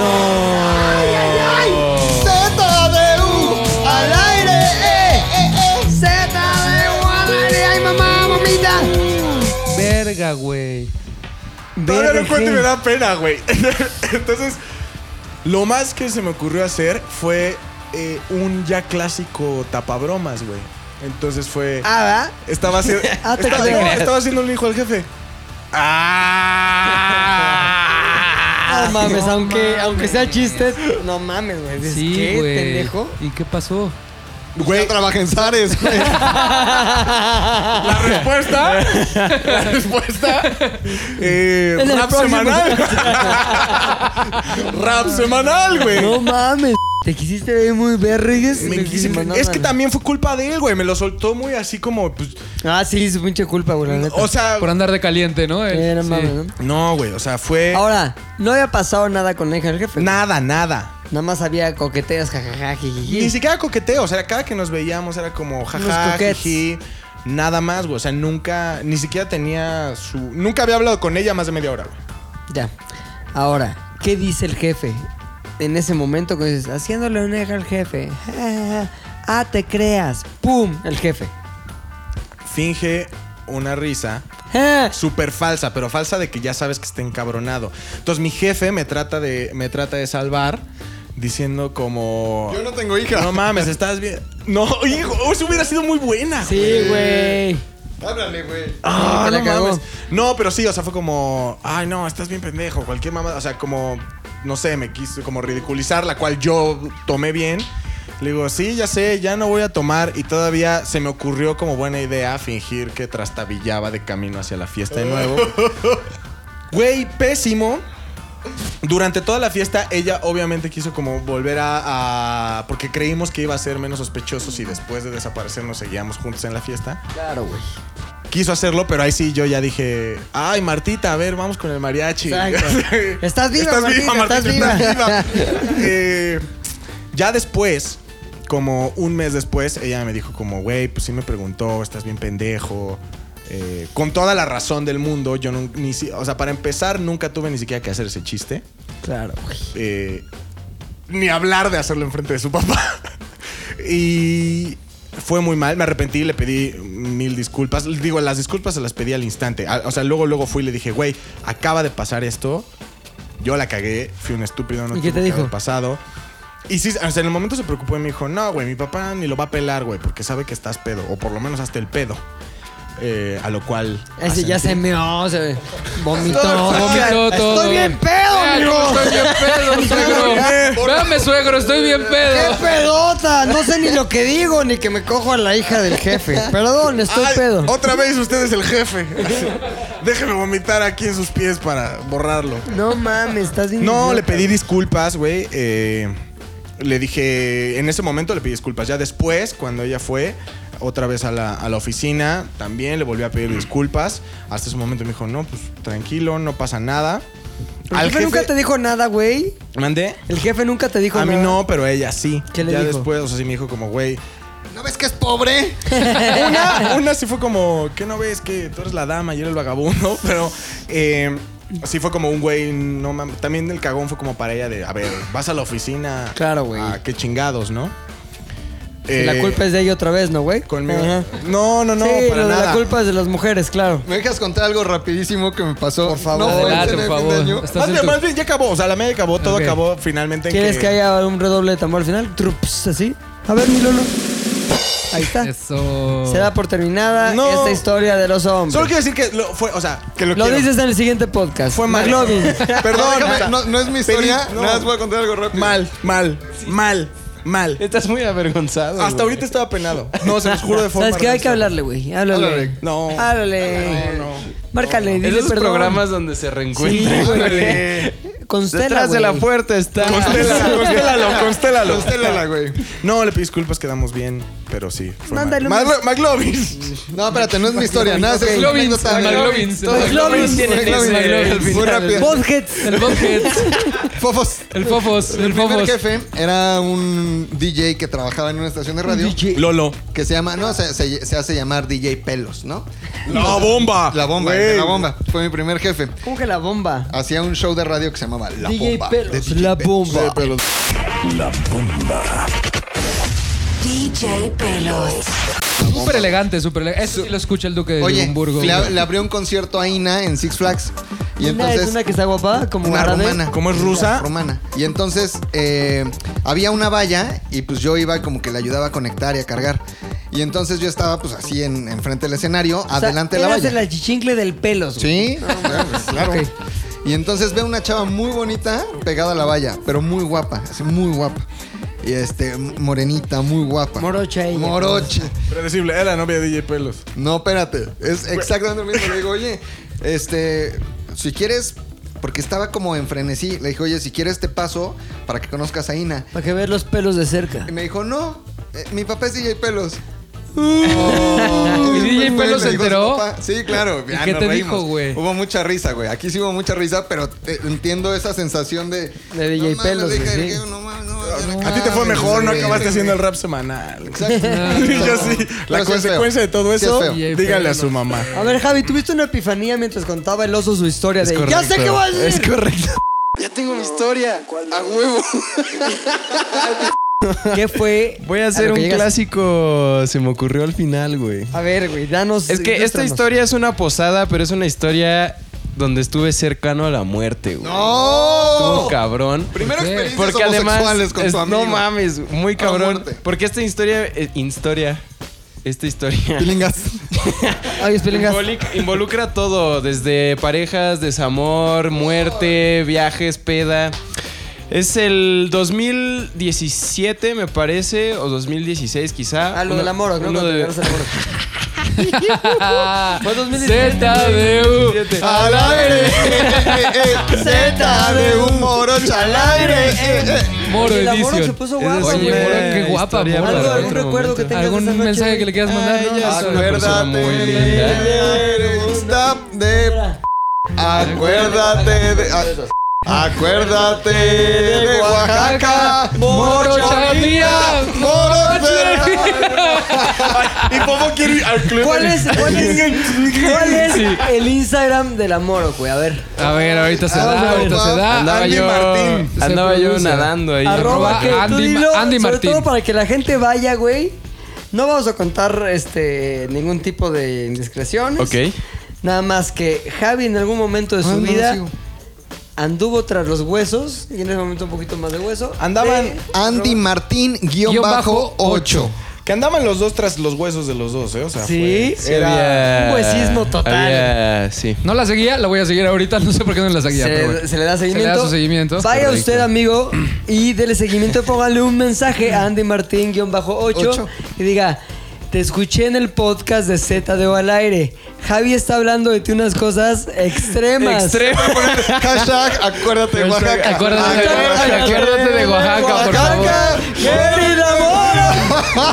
S6: ZDU al aire.
S3: Verga, güey.
S4: Todavía lo encuentro y me da pena, güey. (laughs) Entonces, lo más que se me ocurrió hacer fue eh, un ya clásico tapabromas, güey. Entonces fue...
S2: Ah,
S4: Estaba haciendo.
S2: (laughs) Ah, te
S4: estaba,
S2: creo.
S4: no, estaba haciendo un hijo al jefe.
S2: ¿verdad? Ah, No mames, aunque, aunque sea chiste. No mames, güey. Dices,
S3: Sí,
S2: ¿Qué,
S3: güey.
S2: pendejo?
S3: ¿Y qué pasó?
S6: Güey, trabaja en
S2: (laughs)
S6: Zares, güey.
S4: La respuesta. la
S2: (laughs)
S4: respuesta. eh,
S2: En el
S4: rap
S2: próximo. (laughs)
S4: semanal. rap semanal, güey.
S2: No mames. Te quisiste ver muy verrigues.
S4: Me quise-
S2: No
S4: es que
S2: mames.
S4: también fue culpa de él, güey. Me lo soltó muy así como. pues,
S2: Ah, sí, es pinche culpa, güey, la neta.
S4: o sea.
S3: Por andar de caliente, ¿no? Él,
S2: Eh, no
S3: sí.
S2: mames, ¿no?
S4: No, güey. O sea, fue.
S2: Ahora, no había pasado Eh. nada con la hija del jefe.
S4: Nada, nada.
S2: Nada más había coqueteas, jajaja,
S4: Ni
S2: jijiji.
S4: siquiera coqueteo, o sea, cada que nos veíamos era como
S2: Unos
S4: jaja,
S2: coquets.
S4: jiji, nada más, güey. O sea, nunca, ni siquiera tenía su. Nunca había hablado con ella más de media hora, güey.
S2: Ya. Ahora, ¿qué dice el jefe? En ese momento que dices, haciéndole una hija al jefe. (laughs) Ah, te creas. ¡Pum! El jefe.
S4: Finge una risa
S2: Ah,
S4: súper falsa, pero falsa de que ya sabes que está encabronado. Entonces mi jefe me trata de, me trata de salvar diciendo como.
S6: Yo no tengo hija.
S4: No mames, estás bien. No, hijo, eso hubiera sido muy buena.
S2: Sí, güey.
S6: Háblale, güey.
S4: Ah,
S2: que la
S4: no
S2: cagó.
S4: mames. No, pero sí, o sea, fue como, ay, no, estás bien pendejo, cualquier mamada, o sea, como, no sé, me quiso como ridiculizar, la cual yo tomé bien. Le digo, sí, ya sé, ya no voy a tomar y todavía se me ocurrió como buena idea fingir que trastabillaba de camino hacia la fiesta de nuevo. Güey, pésimo. Durante toda la fiesta, ella obviamente quiso como volver a, a- Porque creímos que iba a ser menos sospechosos y después de desaparecernos seguíamos juntos en la fiesta.
S6: Claro, güey.
S4: Quiso hacerlo, pero ahí sí yo ya dije, ay Martita, a ver, vamos con el mariachi.
S2: Exacto.
S4: (laughs)
S2: Estás viva, Martita, estás (laughs)
S4: viva. Eh, ya después, como un mes después, ella me dijo como, güey, pues sí me preguntó, estás bien pendejo. Eh, con toda la razón del mundo, yo nun- ni si- o sea, para empezar, nunca tuve ni siquiera que hacer ese chiste.
S2: Claro, güey.
S4: Eh, ni hablar de hacerlo enfrente de su papá. (laughs) y fue muy mal, me arrepentí, le pedí mil disculpas. Digo, las disculpas se las pedí al instante. A- O sea, luego, luego fui y le dije, güey, acaba de pasar esto. Yo la cagué, fui un estúpido, no
S2: ¿Y qué te
S4: tuve que
S2: dijo?
S4: haber pasado. Y sí, o sea, en el momento se preocupó y me dijo, no, güey, mi papá ni lo va a pelar, güey, porque sabe que estás pedo, o por lo menos hasta el pedo. Eh, a lo cual...
S2: Ese ya
S4: asentí.
S2: se meó, se vomitó.
S3: vomitó todo.
S2: Estoy bien pedo,
S3: Ah,
S2: mijo.
S3: yo estoy bien pedo,
S2: (laughs)
S3: suegro. Véame, suegro, estoy bien
S2: ¡Qué
S3: pedo.
S2: pedota! No sé ni lo que digo, ni que me cojo a la hija del jefe. Perdón, estoy
S4: Ay,
S2: pedo.
S4: Otra vez usted es el jefe. Déjeme vomitar aquí en sus pies para borrarlo.
S2: No mames, estás bien.
S4: No,
S2: idiota.
S4: le pedí disculpas, güey. eh, le dije, en ese momento le pedí disculpas. Ya después, cuando ella fue otra vez a la, a la oficina, también le volví a pedir disculpas. Hasta ese momento me dijo, no, pues tranquilo, no pasa nada.
S2: ¿El jefe, nunca te dijo nada, güey?
S4: ¿Mandé?
S2: El jefe nunca te dijo
S4: A
S2: nada.
S4: mí no, pero ella sí.
S2: ¿Qué le
S4: ya
S2: dijo?
S4: después, o sea, sí me dijo como, güey,
S6: ¿No ves que es pobre?
S4: (laughs) una, una sí fue como, ¿qué no ves que tú eres la dama y eres el vagabundo? (laughs) Pero eh, sí fue como un güey, no mames. También el cagón fue como para ella de, a ver, vas a la oficina.
S2: Claro, güey.
S4: Ah, qué chingados, ¿no? Eh,
S2: La culpa es de ella otra vez, ¿no, güey?
S4: Conmigo.
S2: Ajá.
S4: No, no, no,
S2: sí,
S4: para
S2: lo de
S4: nada.
S2: la culpa es de las mujeres, claro.
S6: ¿Me dejas contar algo rapidísimo que me pasó? Por favor.
S3: Adelante, por favor. Estás
S4: Más
S3: en
S4: bien,
S3: tu-
S4: más bien, ya acabó. O sea, la media acabó, todo
S3: Ok.
S4: acabó finalmente en
S2: ¿Quieres que haya un redoble de tambor al final? Trups, así. A ver, mi Lolo. Ahí está.
S3: Eso.
S2: Se da por terminada
S4: No.
S2: esta historia de los hombres.
S4: Solo quiero decir que lo, fue, o sea, que lo,
S2: Lo
S4: quiero.
S2: dices en el siguiente podcast.
S4: Fue mal.
S2: McLovin. (laughs)
S6: No,
S4: Perdón. o sea,
S6: no, no es mi historia.
S4: Pedí- no.
S6: Nada más voy a contar algo rápido.
S4: Mal, mal, mal, mal.
S7: Estás muy avergonzado.
S4: Hasta ahorita estaba penado. (laughs) No, se los juro de forma.
S2: ¿Sabes qué? Hay que
S4: honesta.
S2: hablarle, güey. Háblale.
S6: Háblale.
S4: No.
S2: Háblale.
S4: No, no.
S2: Márcale, dile
S7: Esos
S2: perdón.
S7: programas donde se reencuentran.
S2: Constela,
S7: Detrás de
S2: güey.
S7: la puerta
S2: (laughs)
S7: está.
S4: Constélalo,
S6: (laughs)
S4: constélalo, constélalo.
S6: Constélala, güey.
S4: No, le pido disculpas, quedamos bien, pero sí. fue mal.
S2: Mándale un-
S4: Maglo- McLovin.
S6: No, espérate, no es mi historia. Nada, es una
S3: McLovin's,
S6: anécdota.
S3: McLovin's.
S2: McLovin's tiene
S6: McLovin's.
S3: ese-
S6: McLovin's. Muy rápido.
S2: Botheads.
S3: El Bobheads,
S6: Fofos.
S3: el Fofos, el
S6: El primer
S3: Fofos.
S6: jefe era un DJ que trabajaba en una estación de radio.
S4: Lolo.
S6: Que se llama, no, se, se- se hace llamar DJ Pelos, ¿no?
S4: La bomba.
S6: La bomba,
S4: Güey.
S6: la bomba. Fue mi primer jefe.
S2: ¿Cómo que la bomba?
S6: Hacía un show de radio que se llamaba La
S2: DJ
S6: Bomba.
S2: Pelos,
S6: de
S2: La
S6: Pelos.
S2: Bomba.
S6: Sí, Pelos.
S8: DJ Pelos.
S3: Súper elegante, súper elegante. Eso sí lo escucha el Duque de
S6: Oye,
S3: Edimburgo.
S2: (laughs)
S6: le, le abrió un concierto a Ina en Six Flags. Y
S2: ¿Una
S6: entonces.
S2: es una que está guapa? Como
S6: Una
S2: árabe?
S6: rumana.
S4: ¿Cómo es rusa?
S6: Rumana. Y entonces eh, había una valla y pues yo iba como que le ayudaba a conectar y a cargar. Y entonces yo estaba pues así en, enfrente del escenario,
S2: O sea,
S6: adelante de la
S2: eras
S6: valla.
S2: el achichincle del pelos. güey.
S6: (laughs) Sí, pues, claro.
S2: Ok.
S6: Y entonces veo una chava muy bonita pegada a la valla, pero muy guapa, así muy guapa. Y este, morenita, muy guapa.
S2: Morocha ella. pues.
S6: Morocha.
S4: Predecible, era novia de DJ Pelos.
S6: No, espérate. Es exactamente lo mismo. Le digo, oye, este, si quieres, porque estaba como en frenesí. Le dije, oye, si quieres te paso para que conozcas a Ina.
S2: Para que veas los pelos de cerca.
S6: Y me dijo, no, eh, mi papá es DJ Pelos.
S3: ¿Y
S6: después
S3: DJ
S6: fue
S3: Pelos se
S6: le dijo a su
S3: enteró?
S6: papá. Sí, claro.
S3: ¿Y
S6: Ah,
S3: qué
S6: nos
S3: te
S6: reímos.
S3: dijo, güey?
S6: Hubo mucha risa, güey. Aquí sí hubo mucha risa, pero te- entiendo esa sensación de...
S2: De DJ
S6: mames,
S2: Pelos,
S6: le dije,
S2: güey, sí.
S6: no mames, no,
S4: A ti te
S6: Ah,
S4: fue mejor, no acabaste haciendo el rap semanal.
S6: Exacto.
S4: (laughs) Yo sí. La
S6: Pero sí es
S4: consecuencia
S6: feo.
S4: de todo
S6: Sí
S4: eso,
S6: es feo.
S3: DJ
S4: dígale a
S3: Pelos.
S4: su mamá.
S2: A ver, Javi, tuviste una epifanía mientras contaba el oso su historia de. ¡Ya sé qué voy a decir!
S4: Es correcto.
S6: Ya tengo mi historia. A huevo.
S2: ¿Qué fue?
S7: Voy a
S2: lo
S7: hacer
S2: que
S7: un
S2: llegas?
S7: clásico. Se me ocurrió al final, güey.
S2: A ver, güey, danos.
S7: Es que esta
S2: ilústranos.
S7: historia es una posada, pero es una historia donde estuve cercano a la muerte, güey. Estuvo
S6: ¡No!
S7: cabrón.
S6: Primero
S3: ¿Por qué?
S6: experiencias
S7: Porque además.
S6: homosexuales con
S7: es-
S6: tu amigo.
S7: no mames, muy cabrón.
S6: muerte.
S2: (laughs)
S7: Porque esta historia. eh, historia. Esta historia.
S6: Pilingas.
S2: Ay, espelengas.
S7: Involi- Involucra todo, desde parejas, desamor, muerte, viajes, peda. Es el 2017, me parece, o 2016 quizá.
S2: Ah, lo del
S7: Uno-
S2: amor, ¿no?
S7: uno
S2: Cuando
S7: de-
S2: llegaron al amor.
S3: Fue (laughs) 2017. ZDU.
S6: Al (laughs) aire, eh, Z de un moro al aire.
S3: Moro
S2: El amor se
S3: Edition.
S2: puso guapo.
S3: Oye,
S2: güey.
S3: Moro, qué guapa,
S7: historia
S3: Moro.
S2: Algo,
S7: para
S2: algún
S7: otro
S2: recuerdo que
S7: momento.
S2: tengas de
S3: ¿Algún
S2: esa noche, Eh, ah,
S3: mensaje que le quieras mandar? No,
S7: ya
S3: Es una
S7: acuérdate
S3: persona muy
S7: de-
S3: linda.
S6: Stop de. Acuérdate de. a- Acuérdate de Oaxaca.
S3: Moro Chavía.
S6: Moro Chavía.
S4: Y Popo quiere ir al club.
S2: ¿Cuál es, cuál es, cuál es el Instagram del amor, güey? A ver.
S3: A ver, ahorita se da,
S6: Ah,
S3: ahorita se da.
S7: Andaba
S4: Andy
S7: yo,
S4: Martín.
S3: Se
S7: andaba yo
S3: produce.
S7: nadando ahí.
S2: Arroba
S3: Arroba
S2: que tú
S3: Andy-
S2: dilo,
S3: Andy
S2: sobre
S3: Martín.
S2: todo para que la gente vaya, güey. No vamos a contar este ningún tipo de indiscreciones.
S7: Ok.
S2: Nada más que Javi en algún momento de su
S6: Ah, no,
S2: vida
S6: sigo.
S2: anduvo tras los huesos y en ese momento un poquito más de hueso.
S4: Andaban-
S2: de-
S6: Andy Martín guión
S3: Guión
S6: bajo
S3: bajo
S6: 8.
S4: Que andaban los dos tras los huesos de los dos, ¿eh? O sea,
S2: Sí.
S4: fue-
S7: Sí, había-
S2: un huesismo total.
S7: había- sí.
S3: No la seguía, la voy a seguir ahorita. (laughs) No sé por qué no la seguía. pero bueno.
S2: se, se le da seguimiento.
S3: Se le da su seguimiento.
S2: Vaya
S3: Correcto.
S2: usted, amigo, y dele seguimiento. Póngale un mensaje a Andy Martín-8
S6: Ocho.
S2: y diga: Te escuché en el podcast de ZDO al aire. Javi está hablando de ti unas cosas extremas.
S7: Extremo.
S6: Hashtag acuérdate de Oaxaca.
S3: Acuérdate,
S2: Oaxaca.
S3: acuérdate de Oaxaca, por favor.
S2: ¡Querido amor!
S7: (laughs)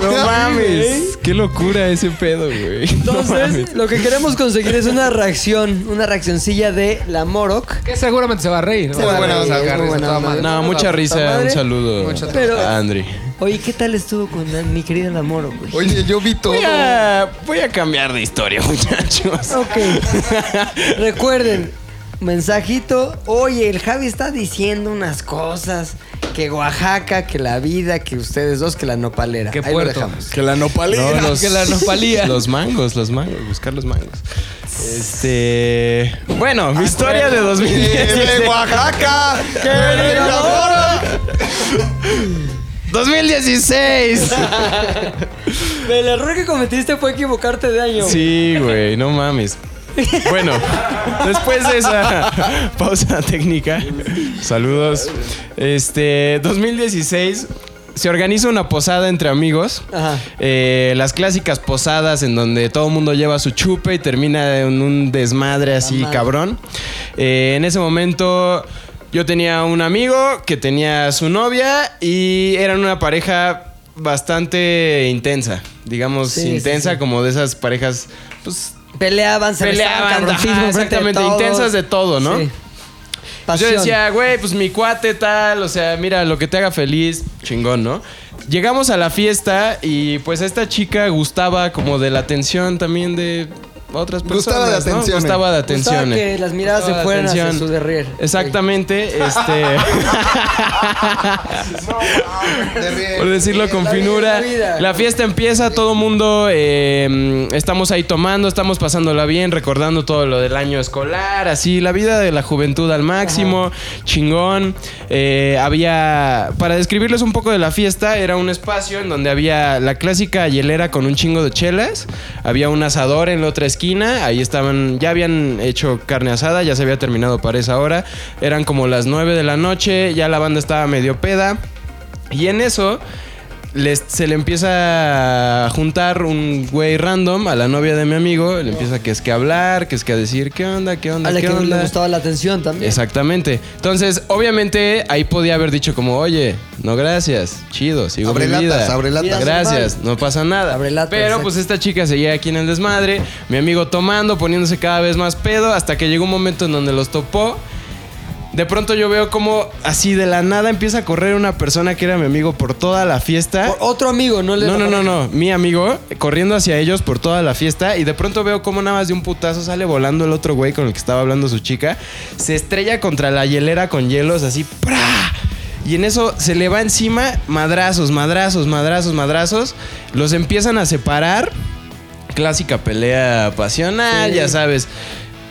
S7: No mames. Qué locura ese pedo, güey. (laughs)
S2: Entonces, lo que queremos conseguir es una reacción, una reaccioncilla de la Moroc.
S3: Que seguramente se va a reír. ¿no?
S6: Se va a
S3: Va
S6: reír,
S3: sacar
S6: muy
S3: risa,
S6: buena
S3: toda
S6: onda.
S3: madre.
S7: No,
S3: Va-
S7: mucha risa.
S2: madre.
S7: Un saludo
S3: Mucha-
S2: Pero-
S7: a Andri.
S2: Oye, ¿qué tal estuvo con la- mi querida la Moroc? güey?
S6: Oye, yo vi todo.
S7: Voy a, voy a cambiar de historia, (laughs) muchachos.
S2: Ok. (laughs) Recuerden, mensajito. Oye, el Javi está diciendo unas cosas. Que Oaxaca, que la vida, que ustedes dos, que la nopalera.
S3: Qué
S2: Ahí lo
S3: puerto.
S2: dejamos.
S4: Que la nopalera.
S7: No, los,
S3: que la nopalía.
S7: Los mangos, los mangos, buscar los mangos. Este. Bueno, mi historia
S4: (laughs)
S7: de 2016.
S6: De Oaxaca. Querido amor.
S7: 2016.
S2: El error que cometiste fue equivocarte de año.
S7: Sí, güey, no mames. Bueno, después
S2: (laughs)
S7: de esa pausa técnica, saludos. Este, 2016 se organiza una posada entre amigos.
S2: Ajá.
S7: Eh, las clásicas posadas en donde todo el mundo lleva su chupe y termina en un desmadre así
S2: madre.
S7: cabrón. Eh, en ese momento yo tenía un amigo que tenía su novia y eran una pareja bastante intensa, digamos
S2: Sí, sí,
S7: intensa
S2: sí.
S7: como de esas parejas pues
S2: Peleaban, se besaban,
S7: peleaban,
S2: cabroncísimo
S7: ajá,
S2: enfrente
S7: exactamente
S2: todos.
S7: intensas de todo, ¿no?
S2: Sí.
S7: Pues
S2: Pasión.
S7: Yo decía, güey, pues mi cuate tal, o sea, mira, lo que te haga feliz, chingón, ¿no? Llegamos a la fiesta y pues esta chica gustaba como de la atención también de otras personas.
S6: Gustaba de
S7: ¿no?
S6: atenciones.
S7: Gustaba
S2: Gustaba
S7: de atenciones.
S2: que las miradas
S7: Gustaba
S2: se
S7: de
S2: fueran hacia
S7: atención.
S2: su derrier.
S7: Exactamente,
S2: (laughs)
S7: este, por decirlo con
S2: La vida, la
S7: finura,
S2: vida.
S7: la fiesta empieza, todo mundo eh, estamos ahí tomando, estamos pasándola bien, recordando todo lo del año escolar, así, la vida de la juventud al máximo, chingón. Eh, había, para describirles un poco de la fiesta, era un espacio en donde había la clásica hielera con un chingo de chelas, había un asador en la otra esquina, ahí estaban, ya habían hecho carne asada, ya se había terminado para esa hora, eran como las 9 de la noche, ya la banda estaba medio peda. Y en eso les- se le empieza a juntar un güey random a la novia de mi amigo. Le empieza que es que a hablar, que es que a decir qué onda, qué onda,
S2: A la
S7: qué
S2: que no
S7: onda.
S2: le gustaba la atención también.
S7: Exactamente. Entonces, obviamente, ahí podía haber dicho como, oye, no gracias, chido, sigo
S6: Abre
S7: mi
S6: latas,
S7: vida.
S6: abre latas.
S7: Gracias, no pasa nada.
S2: Abre latas,
S7: Pero
S2: exacto.
S7: pues esta chica seguía aquí en el desmadre, mi amigo tomando, poniéndose cada vez más pedo, hasta que llegó un momento en donde los topó. De pronto yo veo como así de la nada empieza a correr una persona que era mi amigo por toda la fiesta.
S2: Por otro amigo, no le
S7: No, no, no, no. Mi amigo corriendo hacia ellos por toda la fiesta y de pronto veo como nada más de un putazo sale volando el otro güey con el que estaba hablando su chica. Se estrella contra la hielera con hielos así. ¡pra! Y en eso se le va encima madrazos, madrazos, madrazos, madrazos. Los empiezan a separar. Clásica pelea pasional, ya sabes.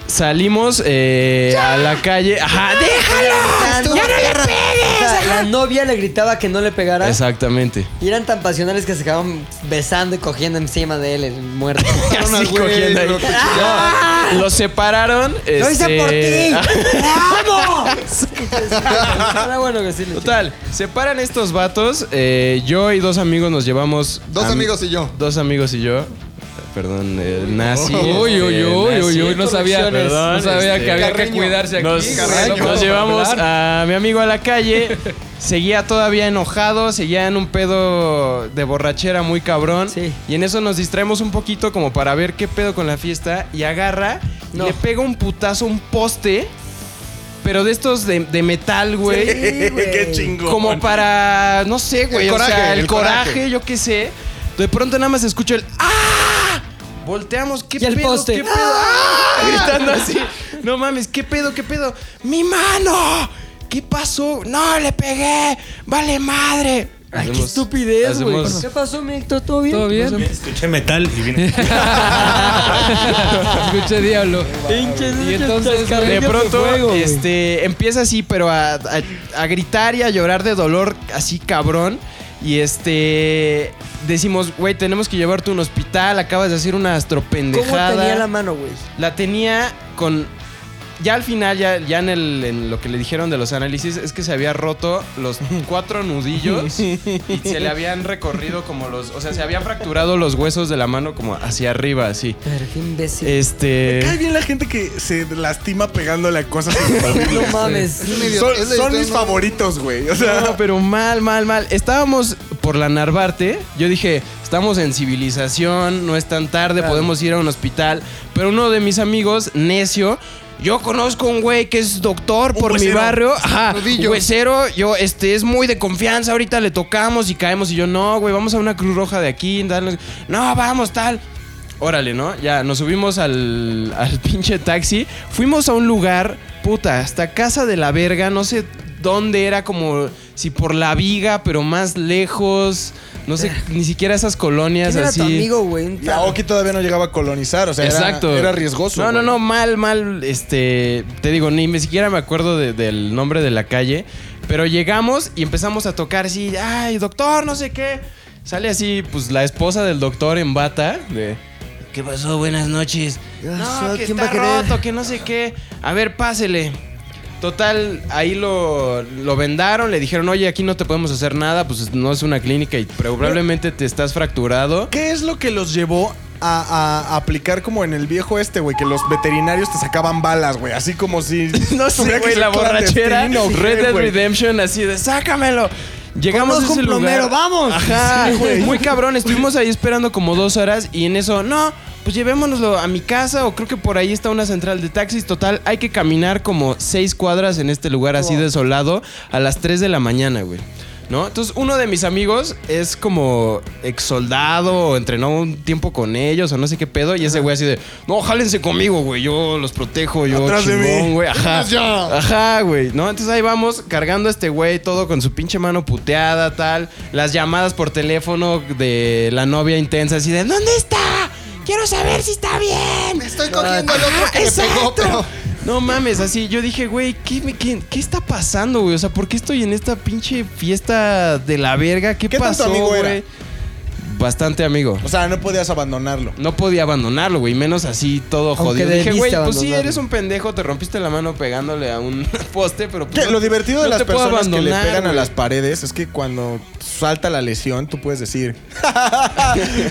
S7: Salimos eh, a la calle. ¡Ajá! ¡Déjalo!
S2: ¡Ya no le pegues! La novia le gritaba que no le pegara.
S7: Exactamente.
S2: Y eran tan pasionales que se acababan besando y cogiendo encima de él, el muerto.
S7: (laughs) Así
S6: al güey,
S7: cogiendo ahí.
S6: lo cuchillaron.
S7: No, Los separaron.
S2: ¡Ah! ¡Lo hice por
S7: este, (laughs)
S2: ti! ¡Te amo! Era bueno que sí le
S7: Total, separan estos vatos. eh, yo y dos amigos nos llevamos.
S6: Dos
S7: a mi-
S6: amigos y yo.
S7: Dos amigos y yo. Perdón, eh, nazi.
S3: Oh, Uy, uy,
S7: eh,
S3: uy,
S7: nazi.
S3: uy, uy, no sabía,
S7: Perdón,
S3: no sabía
S7: este,
S3: que había que
S6: Carreño.
S3: cuidarse aquí.
S7: Nos,
S6: Carreño.
S7: nos llevamos a mi amigo a la calle. (laughs) Seguía todavía enojado, seguía en un pedo de borrachera muy cabrón.
S2: Sí.
S7: Y en eso nos distraemos un poquito como para ver qué pedo con la fiesta. Y agarra, y
S2: No.
S7: le pega un putazo, un poste. Pero de estos de, de metal, (laughs) güey.
S4: Qué chingón.
S7: Como para, no sé, güey.
S6: El
S7: o sea,
S6: coraje,
S7: el,
S6: el
S7: coraje,
S6: coraje.
S7: yo qué sé. De pronto nada más escucho el ¡Ah! Volteamos, ¿qué
S2: Y el
S7: pedo?
S2: poste.
S7: ¿Qué pedo? ¡Ah! (laughs) Gritando así. No mames, ¿qué pedo? ¿Qué pedo? ¡Mi mano! ¿Qué pasó? ¡No, le pegué! ¡Vale madre!
S2: Ay, qué
S7: Hacemos-
S2: estupidez, güey.
S7: hacemos-
S2: ¿Qué pasó, Micto? ¿Todo bien?
S3: ¿Todo bien?
S9: Escuché metal y vine.
S3: (laughs) Escuché diablo. Y entonces,
S7: De pronto,
S2: juego, güey.
S7: este, empieza así, pero a, a- a gritar y a llorar de dolor, así cabrón. Y este, decimos, güey, tenemos que llevarte a un hospital, acabas de hacer una
S2: ¿Cómo
S7: astropendejada.
S2: tenía la mano, güey?
S7: La tenía con... Ya al final, ya, ya en, el- en lo que le dijeron de los análisis, es que se había roto los cuatro nudillos y se le habían recorrido como los... O sea, se habían fracturado los huesos de la mano como hacia arriba, así.
S2: Pero qué imbécil.
S7: Este...
S4: Cae bien la gente que se lastima pegándole a cosas súper
S2: no
S4: (laughs) horribles.
S2: mames.
S6: Es un idiota,
S4: Son,
S6: es la
S4: son
S6: historia,
S4: mis
S6: ¿no?
S4: favoritos, güey. O sea,
S7: No, pero mal, mal, mal. Estábamos por la Narvarte. Yo dije, estamos en civilización, no es tan tarde, podemos ir a un hospital. Pero uno de mis amigos, necio, yo conozco un güey que es doctor
S4: Un
S7: por mi
S4: huesero.
S7: barrio. Ajá,
S6: Nudillo.
S7: huesero. Yo, este, es muy de confianza. Ahorita le tocamos y caemos. Y yo, no, güey, vamos a una Cruz Roja de aquí. dale". No, vamos, tal. Órale, ¿no? Ya, nos subimos al, al (laughs) pinche taxi. Fuimos a un lugar, puta, hasta casa de la verga, no sé dónde era, como si por la viga, pero más lejos.
S2: (laughs)
S7: No sé, ni siquiera esas colonias
S2: ¿Quién era
S7: así.
S2: tu amigo, güey? Un
S4: (laughs) la
S2: tal-
S4: Oki todavía no llegaba a colonizar. O sea, era-
S7: Exacto.
S4: Era, riesgoso.
S7: No, no,
S4: güey.
S7: no, mal, mal. Este, te digo, ni me siquiera me acuerdo de- del nombre de la calle. Pero llegamos y empezamos a tocar así, ay, doctor, no sé qué. Sale así, pues la esposa del doctor en bata. de, ¿Qué pasó? Buenas noches. No,
S2: Ay,
S7: que
S2: ¿quién va
S7: está
S2: a querer?
S7: roto, que no sé qué. A ver, pásele. Total, ahí lo, lo vendaron, le dijeron, oye, aquí no te podemos hacer nada, pues no es una clínica y probablemente te estás fracturado.
S4: ¿Qué es lo que los llevó a, a aplicar como en el viejo este, güey? Que los veterinarios te sacaban balas, güey. Así como si.
S7: (laughs) No sé,
S4: tuviera que
S7: güey,
S4: ser
S7: la borrachera.
S4: clandestino, güey,
S7: Red Dead
S4: güey.
S7: Redemption, así de, sácamelo. Llegamos
S2: Conozco
S7: a ese
S2: un
S7: lugar.
S2: plomero, ¡vamos!
S7: Ajá, muy cabrón. Estuvimos ahí esperando como dos horas y en eso, no, pues llevémonoslo a mi casa o creo que por ahí está una central de taxis. Total, hay que caminar como seis cuadras en este lugar así desolado a las 3 de la mañana, güey. ¿No? Entonces, uno de mis amigos es como ex soldado, o entrenó un tiempo con ellos, o no sé qué pedo, y ese güey así de, no, jálense conmigo, güey, yo los protejo, yo
S4: Atrás de mí.
S7: chingón, güey, ajá. Ajá, güey, ¿no? Entonces ahí vamos cargando a este güey todo con su pinche mano puteada, tal. Las llamadas por teléfono de la novia intensa, así de, ¿dónde está? Quiero saber si está bien.
S6: Estoy cogiendo al otro
S7: Ah,
S6: que me pegó, pero.
S7: No mames, así yo dije, güey, ¿qué, me- qué, qué está pasando, güey? O sea, ¿por qué estoy en esta pinche fiesta de la verga? ¿Qué,
S4: ¿Qué tanto
S7: pasó,
S4: amigo era?
S7: güey? Bastante amigo.
S4: O sea, no podías abandonarlo.
S7: No podía abandonarlo, güey, menos así todo
S2: Aunque
S7: jodido. Dije,
S2: debiste
S7: güey, pues sí,
S2: abandonarlo.
S7: eres un pendejo, te rompiste la mano pegándole a un (laughs) poste, pero pues
S4: Que
S7: no-
S4: lo divertido de
S7: no
S4: las
S7: te puedo
S4: personas que le
S7: abandonar,
S4: pegan a
S7: güey.
S4: las paredes es que cuando salta la lesión, tú puedes decir (laughs)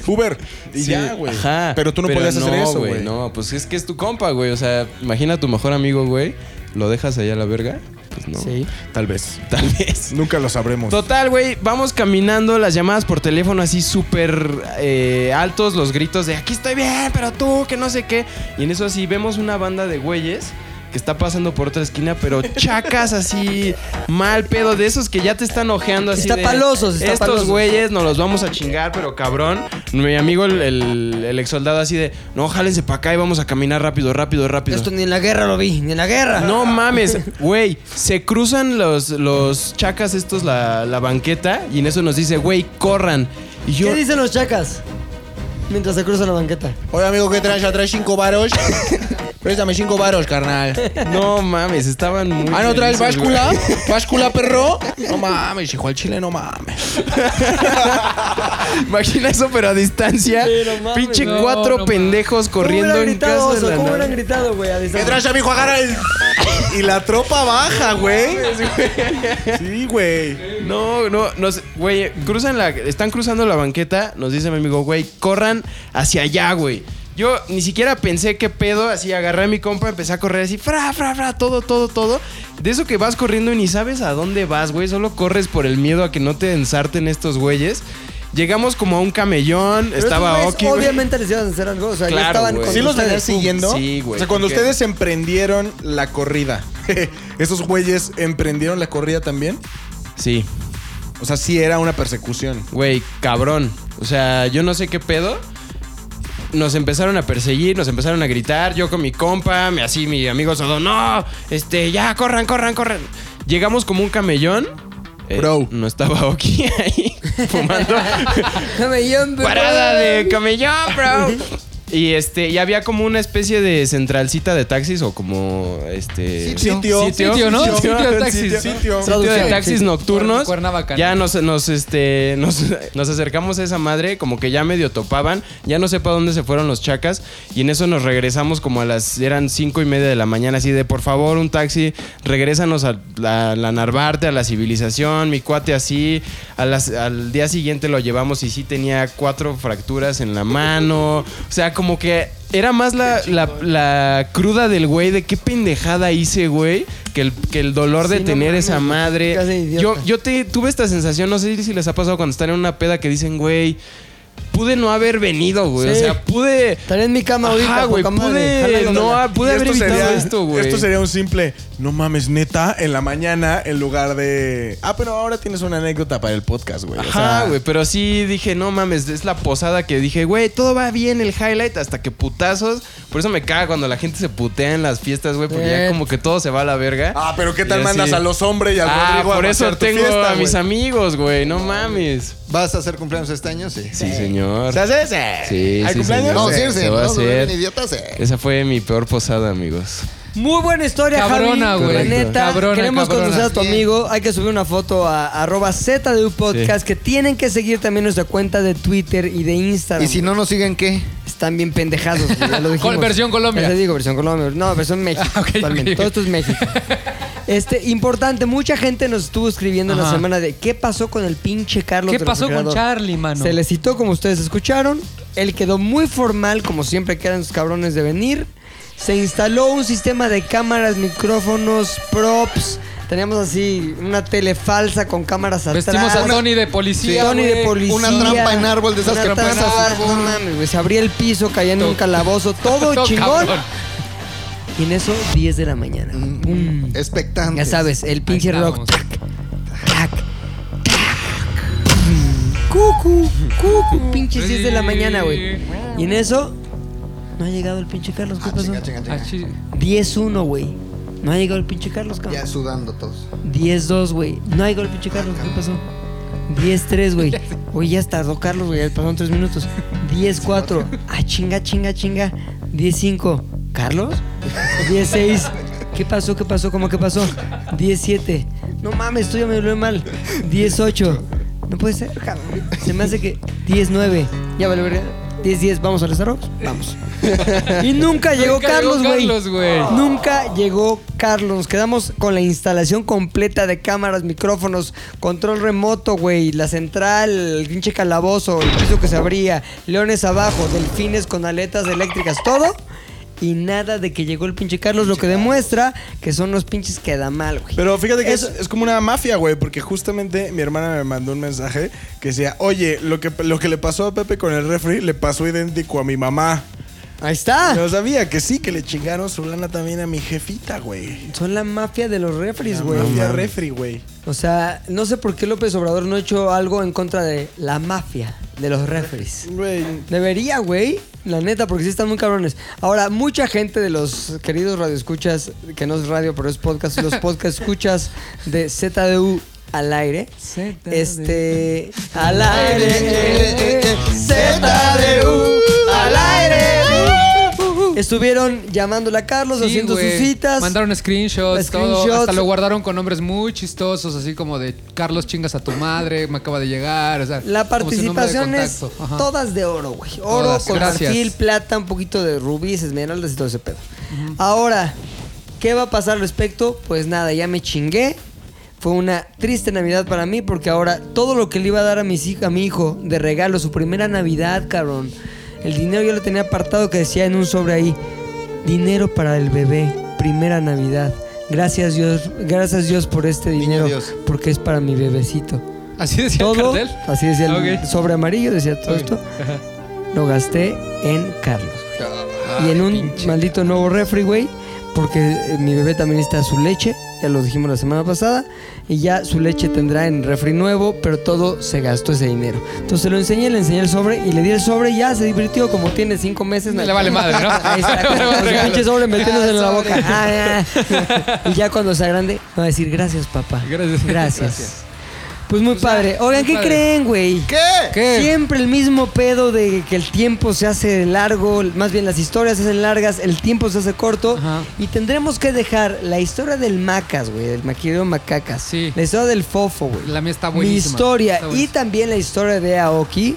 S4: Uber y
S7: Sí,
S4: ya, güey.
S7: ajá.
S4: Pero tú no podías hacer eso, güey.
S7: No, pues es que es tu compa, güey. O sea, imagina a tu mejor amigo, güey. ¿Lo dejas allá a la verga? Pues no.
S2: Sí.
S4: Tal vez.
S7: (laughs) Tal vez.
S4: Nunca lo sabremos.
S7: Total, güey, vamos caminando, las llamadas por teléfono así súper eh, altos, los gritos de aquí estoy bien, pero tú, que no sé qué. Y en eso así vemos una banda de güeyes que está pasando por otra esquina, pero chacas así, mal pedo, de esos que ya te están ojeando así.
S2: Está
S7: de,
S2: palosos, está
S7: Estos
S2: palosos".
S7: güeyes nos los vamos a chingar, pero cabrón. Mi amigo, el, el, el ex soldado así de, no, jálense para acá y vamos a caminar rápido, rápido, rápido.
S2: Esto ni en la guerra lo vi, ni en la guerra.
S7: No mames, güey. Se cruzan los, los chacas estos, la, la banqueta, y en eso nos dice, güey, corran. Y yo,
S2: ¿Qué dicen los chacas? mientras se cruza la banqueta.
S4: Oye, amigo, ¿qué traes? ¿Ya traes cinco
S7: (laughs)
S4: varos? Préstame cinco varos, carnal.
S7: No mames, estaban muy.
S4: Ah, ¿no traes
S7: felices, güey.
S4: báscula? ¿Báscula, perro? No mames, hijo al chile, no mames.
S7: Imagina eso, pero a distancia.
S2: Sí, no mames.
S7: Pinche
S3: No,
S7: cuatro
S3: no
S7: pendejos corriendo
S2: ¿Cómo hubieran
S7: en
S2: gritado,
S7: casa de
S2: oso?
S7: la
S2: ¿Cómo hubieran
S7: nave.
S2: gritado, güey? a
S4: ¿Qué
S2: distancia?
S4: traes, amigo? Agarra el... Y la tropa baja, güey. Sí, güey.
S7: No, no, no sé. Güey, cruzan la. Están cruzando la banqueta. Nos dice mi amigo, güey, corran hacia allá, güey. Yo ni siquiera pensé qué pedo, así agarré a mi compa, empecé a correr así, fra, fra, fra, todo, todo, todo. De eso que vas corriendo y ni sabes a dónde vas, güey, solo corres por el miedo a que no te ensarten estos güeyes. Llegamos como a un camellón,
S2: Pero
S7: estaba
S2: estos
S7: Oki.
S2: güey,
S7: güey.
S2: Obviamente les iban a hacer algo. O sea, ya
S7: Claro,
S2: estaban
S7: güey.
S2: con
S4: ¿Sí los
S2: ustedes.
S4: venían siguiendo?
S7: Sí, güey,
S4: O sea, cuando
S7: porque-
S4: ustedes emprendieron la corrida, (laughs) ¿esos güeyes emprendieron la corrida también?
S7: Sí.
S4: O sea, sí era una persecución.
S7: Güey, cabrón. O sea, yo no sé qué pedo. Nos empezaron a perseguir, nos empezaron a gritar. Yo con mi compa, mi- así mi amigo Sodo, no, este, ya, corran, corran, corran. Llegamos como un camellón. Eh,
S4: Bro.
S7: No estaba Oki (laughs) ahí fumando.
S2: Camellón, bro.
S7: Parada de camellón, bro. Y este, y había como una especie de centralcita de taxis o como este.
S4: Sitio.
S3: Sitio, ¿no?
S4: Sitio.
S3: Sitio de taxis.
S4: Sitio. Sitio.
S7: sitio de
S2: Traducción,
S7: taxis
S2: sí.
S7: nocturnos.
S3: Cuernavaca.
S7: Ya nos, nos, este, nos, nos acercamos a esa madre, como que ya medio topaban. Ya no sé para dónde se fueron los chacas. Y en eso nos regresamos como a las. Eran cinco y media de la mañana, así de por favor, un taxi, regrésanos a la, la Narvarte, a la civilización. Mi cuate así. A las- al día siguiente lo llevamos y sí tenía cuatro fracturas en la mano. O sea, como que. Era más la, la- la cruda del güey de qué pendejada hice, güey, que el, que el dolor de
S2: Sí, no
S7: tener
S2: mames,
S7: esa
S2: güey,
S7: madre.
S2: casi idiota.
S7: Yo, yo te, tuve esta sensación, no sé si les ha pasado cuando están en una peda que dicen, güey, pude no haber venido, güey. O
S2: Sí.
S7: sea, pude.
S2: Estaré en mi cama ahorita,
S7: Ajá, güey,
S2: poca madre.
S7: pude,
S2: Jálalo,
S7: no,
S2: jálalo.
S7: ah, pude
S4: Y
S7: haber evitado
S4: sería,
S7: esto, güey.
S4: Esto sería un simple, no mames, neta, en la mañana, en lugar de. Ah, pero ahora tienes una anécdota para el podcast, güey. O
S7: Ajá,
S4: sea,
S7: güey, pero sí dije, no mames, es la posada que dije, güey, todo va bien el highlight hasta que putazos. Por eso me caga cuando la gente se putea en las fiestas, güey, porque ya
S2: Eh.
S7: como que todo se va a la verga.
S4: Ah, pero ¿qué
S7: Y
S4: tal
S7: así-
S4: mandas a los hombres y al
S7: Ah,
S4: Rodrigo a
S7: por eso
S4: vaciar tu
S7: tengo
S4: fiesta,
S7: a mis
S4: güey?
S7: amigos, güey, no mames.
S6: ¿Vas a hacer cumpleaños este año? Sí.
S7: Sí, señor.
S4: ¿Se hace ese?
S7: Sí,
S4: ¿Hay
S7: sí,
S4: cumpleaños?
S7: señor.
S6: No, sí,
S7: Se
S6: sí,
S7: va a
S6: no, se ven
S7: hacer.
S6: idiotas, eh.
S7: Esa fue mi peor posada, amigos.
S2: Muy buena historia,
S3: Cabrona,
S2: Javi.
S3: güey.
S2: La neta,
S3: Cabrona,
S2: queremos
S3: cabrona.
S2: conocer a tu
S6: Bien.
S2: amigo. Hay que subir una foto a arroba ZDU Podcast que tienen que seguir también nuestra cuenta de Twitter y de Instagram.
S6: Y si no nos siguen, ¿qué?
S2: Están bien pendejados, güey,
S3: (laughs)
S2: ya lo dijimos.
S3: Versión Colombia.
S2: Ya te digo, versión Colombia. No,
S3: (laughs)
S2: versión México.
S3: Ah, ok,
S2: totalmente.
S3: ok.
S2: Todo esto es México.
S3: (laughs)
S2: Este, importante, mucha gente nos estuvo escribiendo en la
S3: Ajá.
S2: semana de qué pasó con el pinche Carlos
S3: ¿Qué pasó con
S2: Refrigerador?
S3: Charlie, mano?
S2: Se le citó, como ustedes escucharon. Él quedó muy formal, como siempre que eran sus cabrones de venir. Se instaló un sistema de cámaras, micrófonos, props. Teníamos así una tele falsa con cámaras atrás.
S3: Pues Vestimos a Tony de policía.
S2: Tony de
S3: güey.
S2: policía.
S6: Una trampa en árbol, de esas
S2: Una
S6: trampas en
S2: trampa en
S6: árbol.
S2: árbol, No mames, güey. Se abría el piso, caía en un calabozo. Todo
S3: (laughs) Todo
S2: chingón.
S3: cabrón.
S2: Y en eso, 10 de la mañana.
S6: Mm.
S2: Pum.
S6: Expectante.
S2: Mm. Ya sabes, el pinche
S3: Ahí
S2: rock.
S3: estábamos.
S2: Tac, tac, tac. Cucu, cucu. Pinches 10 de la mañana, güey. Y en eso, no ha llegado el pinche Carlos. ¿Qué
S6: Ah,
S2: pasó?
S6: chinga, chinga,
S3: Ah, sí.
S6: chinga.
S2: 10-1, güey. No ha llegado el pinche Carlos, cabrón.
S6: Ya sudando todos.
S2: 10-2, güey. No hay gol, pinche Carlos. ¿Qué pasó? 10-3, güey. Oye, (laughs) ya tardó Carlos, güey. Ya pasaron 3 minutos. 10-4. Ah, chinga, chinga, chinga. 10-5. ¿Carlos? 10-6. ¿Qué pasó? ¿Qué pasó? ¿Cómo que pasó? 10-7. No mames, tú ya me duele mal. 10-8. No puede ser, cabrón. Se me hace que 10-9. Ya vale, verga. 10-10. ¿Vamos a los arrobos? (laughs) Vamos. Y nunca llegó
S3: Nunca
S2: Carlos,
S3: llegó
S2: güey.
S3: Carlos, güey.
S2: Nunca llegó Carlos. Nos quedamos con la instalación completa de cámaras, micrófonos, control remoto, güey. La central, el pinche calabozo, el piso que se abría, leones abajo, delfines con aletas eléctricas, todo. Y nada de que llegó el pinche Carlos, lo que demuestra que son los pinches que da mal, güey.
S4: Pero fíjate que es,
S2: Eso-
S4: es como una mafia, güey, porque justamente mi hermana me mandó un mensaje que decía, oye, lo que, lo que le pasó a Pepe con el refri le pasó idéntico a mi mamá.
S2: Ahí está.
S4: Yo sabía que sí, que le chingaron su lana también a mi jefita, güey.
S2: Son la mafia de los refries,
S4: La
S2: güey.
S4: mafia refri, güey.
S2: O sea, no sé por qué López Obrador no ha hecho algo en contra de la mafia de los refries.
S4: Güey,
S2: Debería, güey. La neta, porque sí están muy cabrones. Ahora, mucha gente de los queridos radioescuchas, que no es radio, pero es podcast, los podcast escuchas de ZDU al aire.
S3: ZDU.
S2: Este. Al aire. ZDU. Estuvieron llamándole a Carlos,
S3: Sí,
S2: haciendo
S3: güey.
S2: sus citas.
S3: Mandaron screenshots, todo.
S2: Screenshots.
S3: Hasta lo guardaron con nombres muy chistosos, así como de Carlos chingas a tu madre, me acaba de llegar. o sea,
S2: La
S3: como su nombre de
S2: participación es
S3: contacto. Ajá.
S2: todas de oro, güey. Oro
S3: Todas,
S2: con
S3: gracias.
S2: marfil, plata, un poquito de rubíes, esmeraldas y todo ese pedo. Ahora, ¿qué va a pasar al respecto? Pues nada, ya me chingué. Fue una triste Navidad para mí porque ahora todo lo que le iba a dar a, mis hij- a mi hijo de regalo, su primera Navidad, cabrón. El dinero yo lo tenía apartado que decía en un sobre ahí. Dinero para el bebé, primera Navidad. Gracias Dios, gracias Dios por este dinero,
S6: Dios.
S2: porque es para mi bebecito
S3: Así decía el
S2: todo,
S3: cartel.
S2: así decía el
S3: Ok.
S2: sobre amarillo, decía todo
S3: Ok.
S2: esto, lo gasté en Carlos. güey. y en un maldito nuevo refri, güey, porque eh, mi bebé también está su leche, ya lo dijimos la semana pasada, y ya su leche tendrá en refri nuevo, pero todo se gastó ese dinero. Entonces se lo enseñé, le enseñé el sobre y le di el sobre y ya se divirtió, como tiene cinco meses.
S3: Le vale madre, ¿no?
S2: (laughs) Ahí está,
S3: (laughs) Le
S2: con
S3: vale
S2: los
S3: regalo.
S2: pinches sobres metiéndose en la boca. Ah,
S3: (laughs)
S2: ah. y ya cuando sea grande, va a decir gracias, papá.
S3: Gracias.
S2: Gracias. Pues muy padre. Oigan,
S3: muy
S2: ¿qué
S3: padre.
S2: creen, güey?
S6: ¿Qué?
S3: ¿Qué?
S2: Siempre el mismo pedo de que el tiempo se hace largo, más bien las historias se hacen largas, el tiempo se hace corto
S3: Ajá.
S2: y tendremos que dejar la historia del Macas, güey, del maquillero Macacas,
S3: Sí.
S2: la historia del Fofo, güey,
S3: La mía está
S2: mi
S3: buenísima.
S2: historia
S3: Está
S2: y
S3: buenísima.
S2: también la historia de Aoki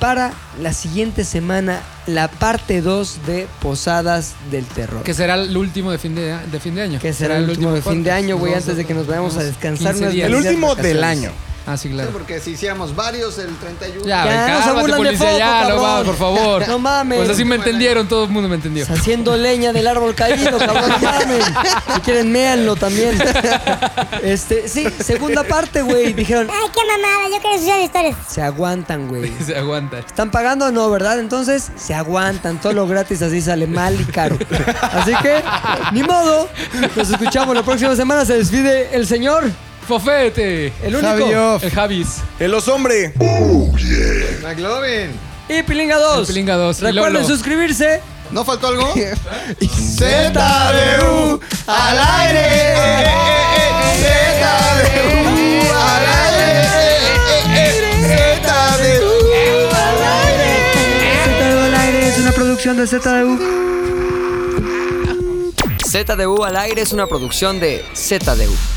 S2: para la siguiente semana, la parte 2 de Posadas del Terror.
S3: Que será el último de fin de, de fin de año.
S2: Que será el último de fin de año, güey, antes de que nos vayamos a descansar unas
S3: unas
S4: El
S2: Felices
S4: último del
S2: vacaciones.
S4: año.
S3: Ah, sí,
S6: Sí,
S3: claro.
S6: porque si hiciéramos varios el 31.
S2: Ya,
S3: Ya, güey,
S2: no se
S3: cálmate,
S2: burlan de
S3: policía,
S2: Fofo,
S3: ya, no
S2: cabrón.
S3: va, por
S2: (laughs)
S3: favor.
S2: No mames.
S3: Pues así me entendieron, todo el mundo me entendió.
S2: Haciendo leña del árbol caído, cabrón. llamen. Si quieren, méanlo también. Este, sí, segunda parte, güey. Dijeron,
S9: Ay, qué mamada, yo quiero escuchar historias.
S2: se aguantan, güey.
S3: (laughs) Se aguanta.
S2: ¿Están pagando o no, verdad? Entonces, se aguantan. Todo lo gratis así sale mal y caro. Así que, ni modo. Nos escuchamos la próxima semana. Se despide el señor,
S3: Fofete.
S2: el único.
S4: Fabio.
S3: El Javis.
S4: El los hombre.
S6: McLovin.
S2: Y Pilinga 2.
S3: El Pilinga 2. Y
S2: Recuerden
S3: Lolo.
S2: suscribirse.
S6: ¿No faltó algo?
S4: ZDU al aire. ZDU al aire. ZDU.
S2: ZDU al aire es una producción de ZDU. ZDU al aire es una producción de ZDU.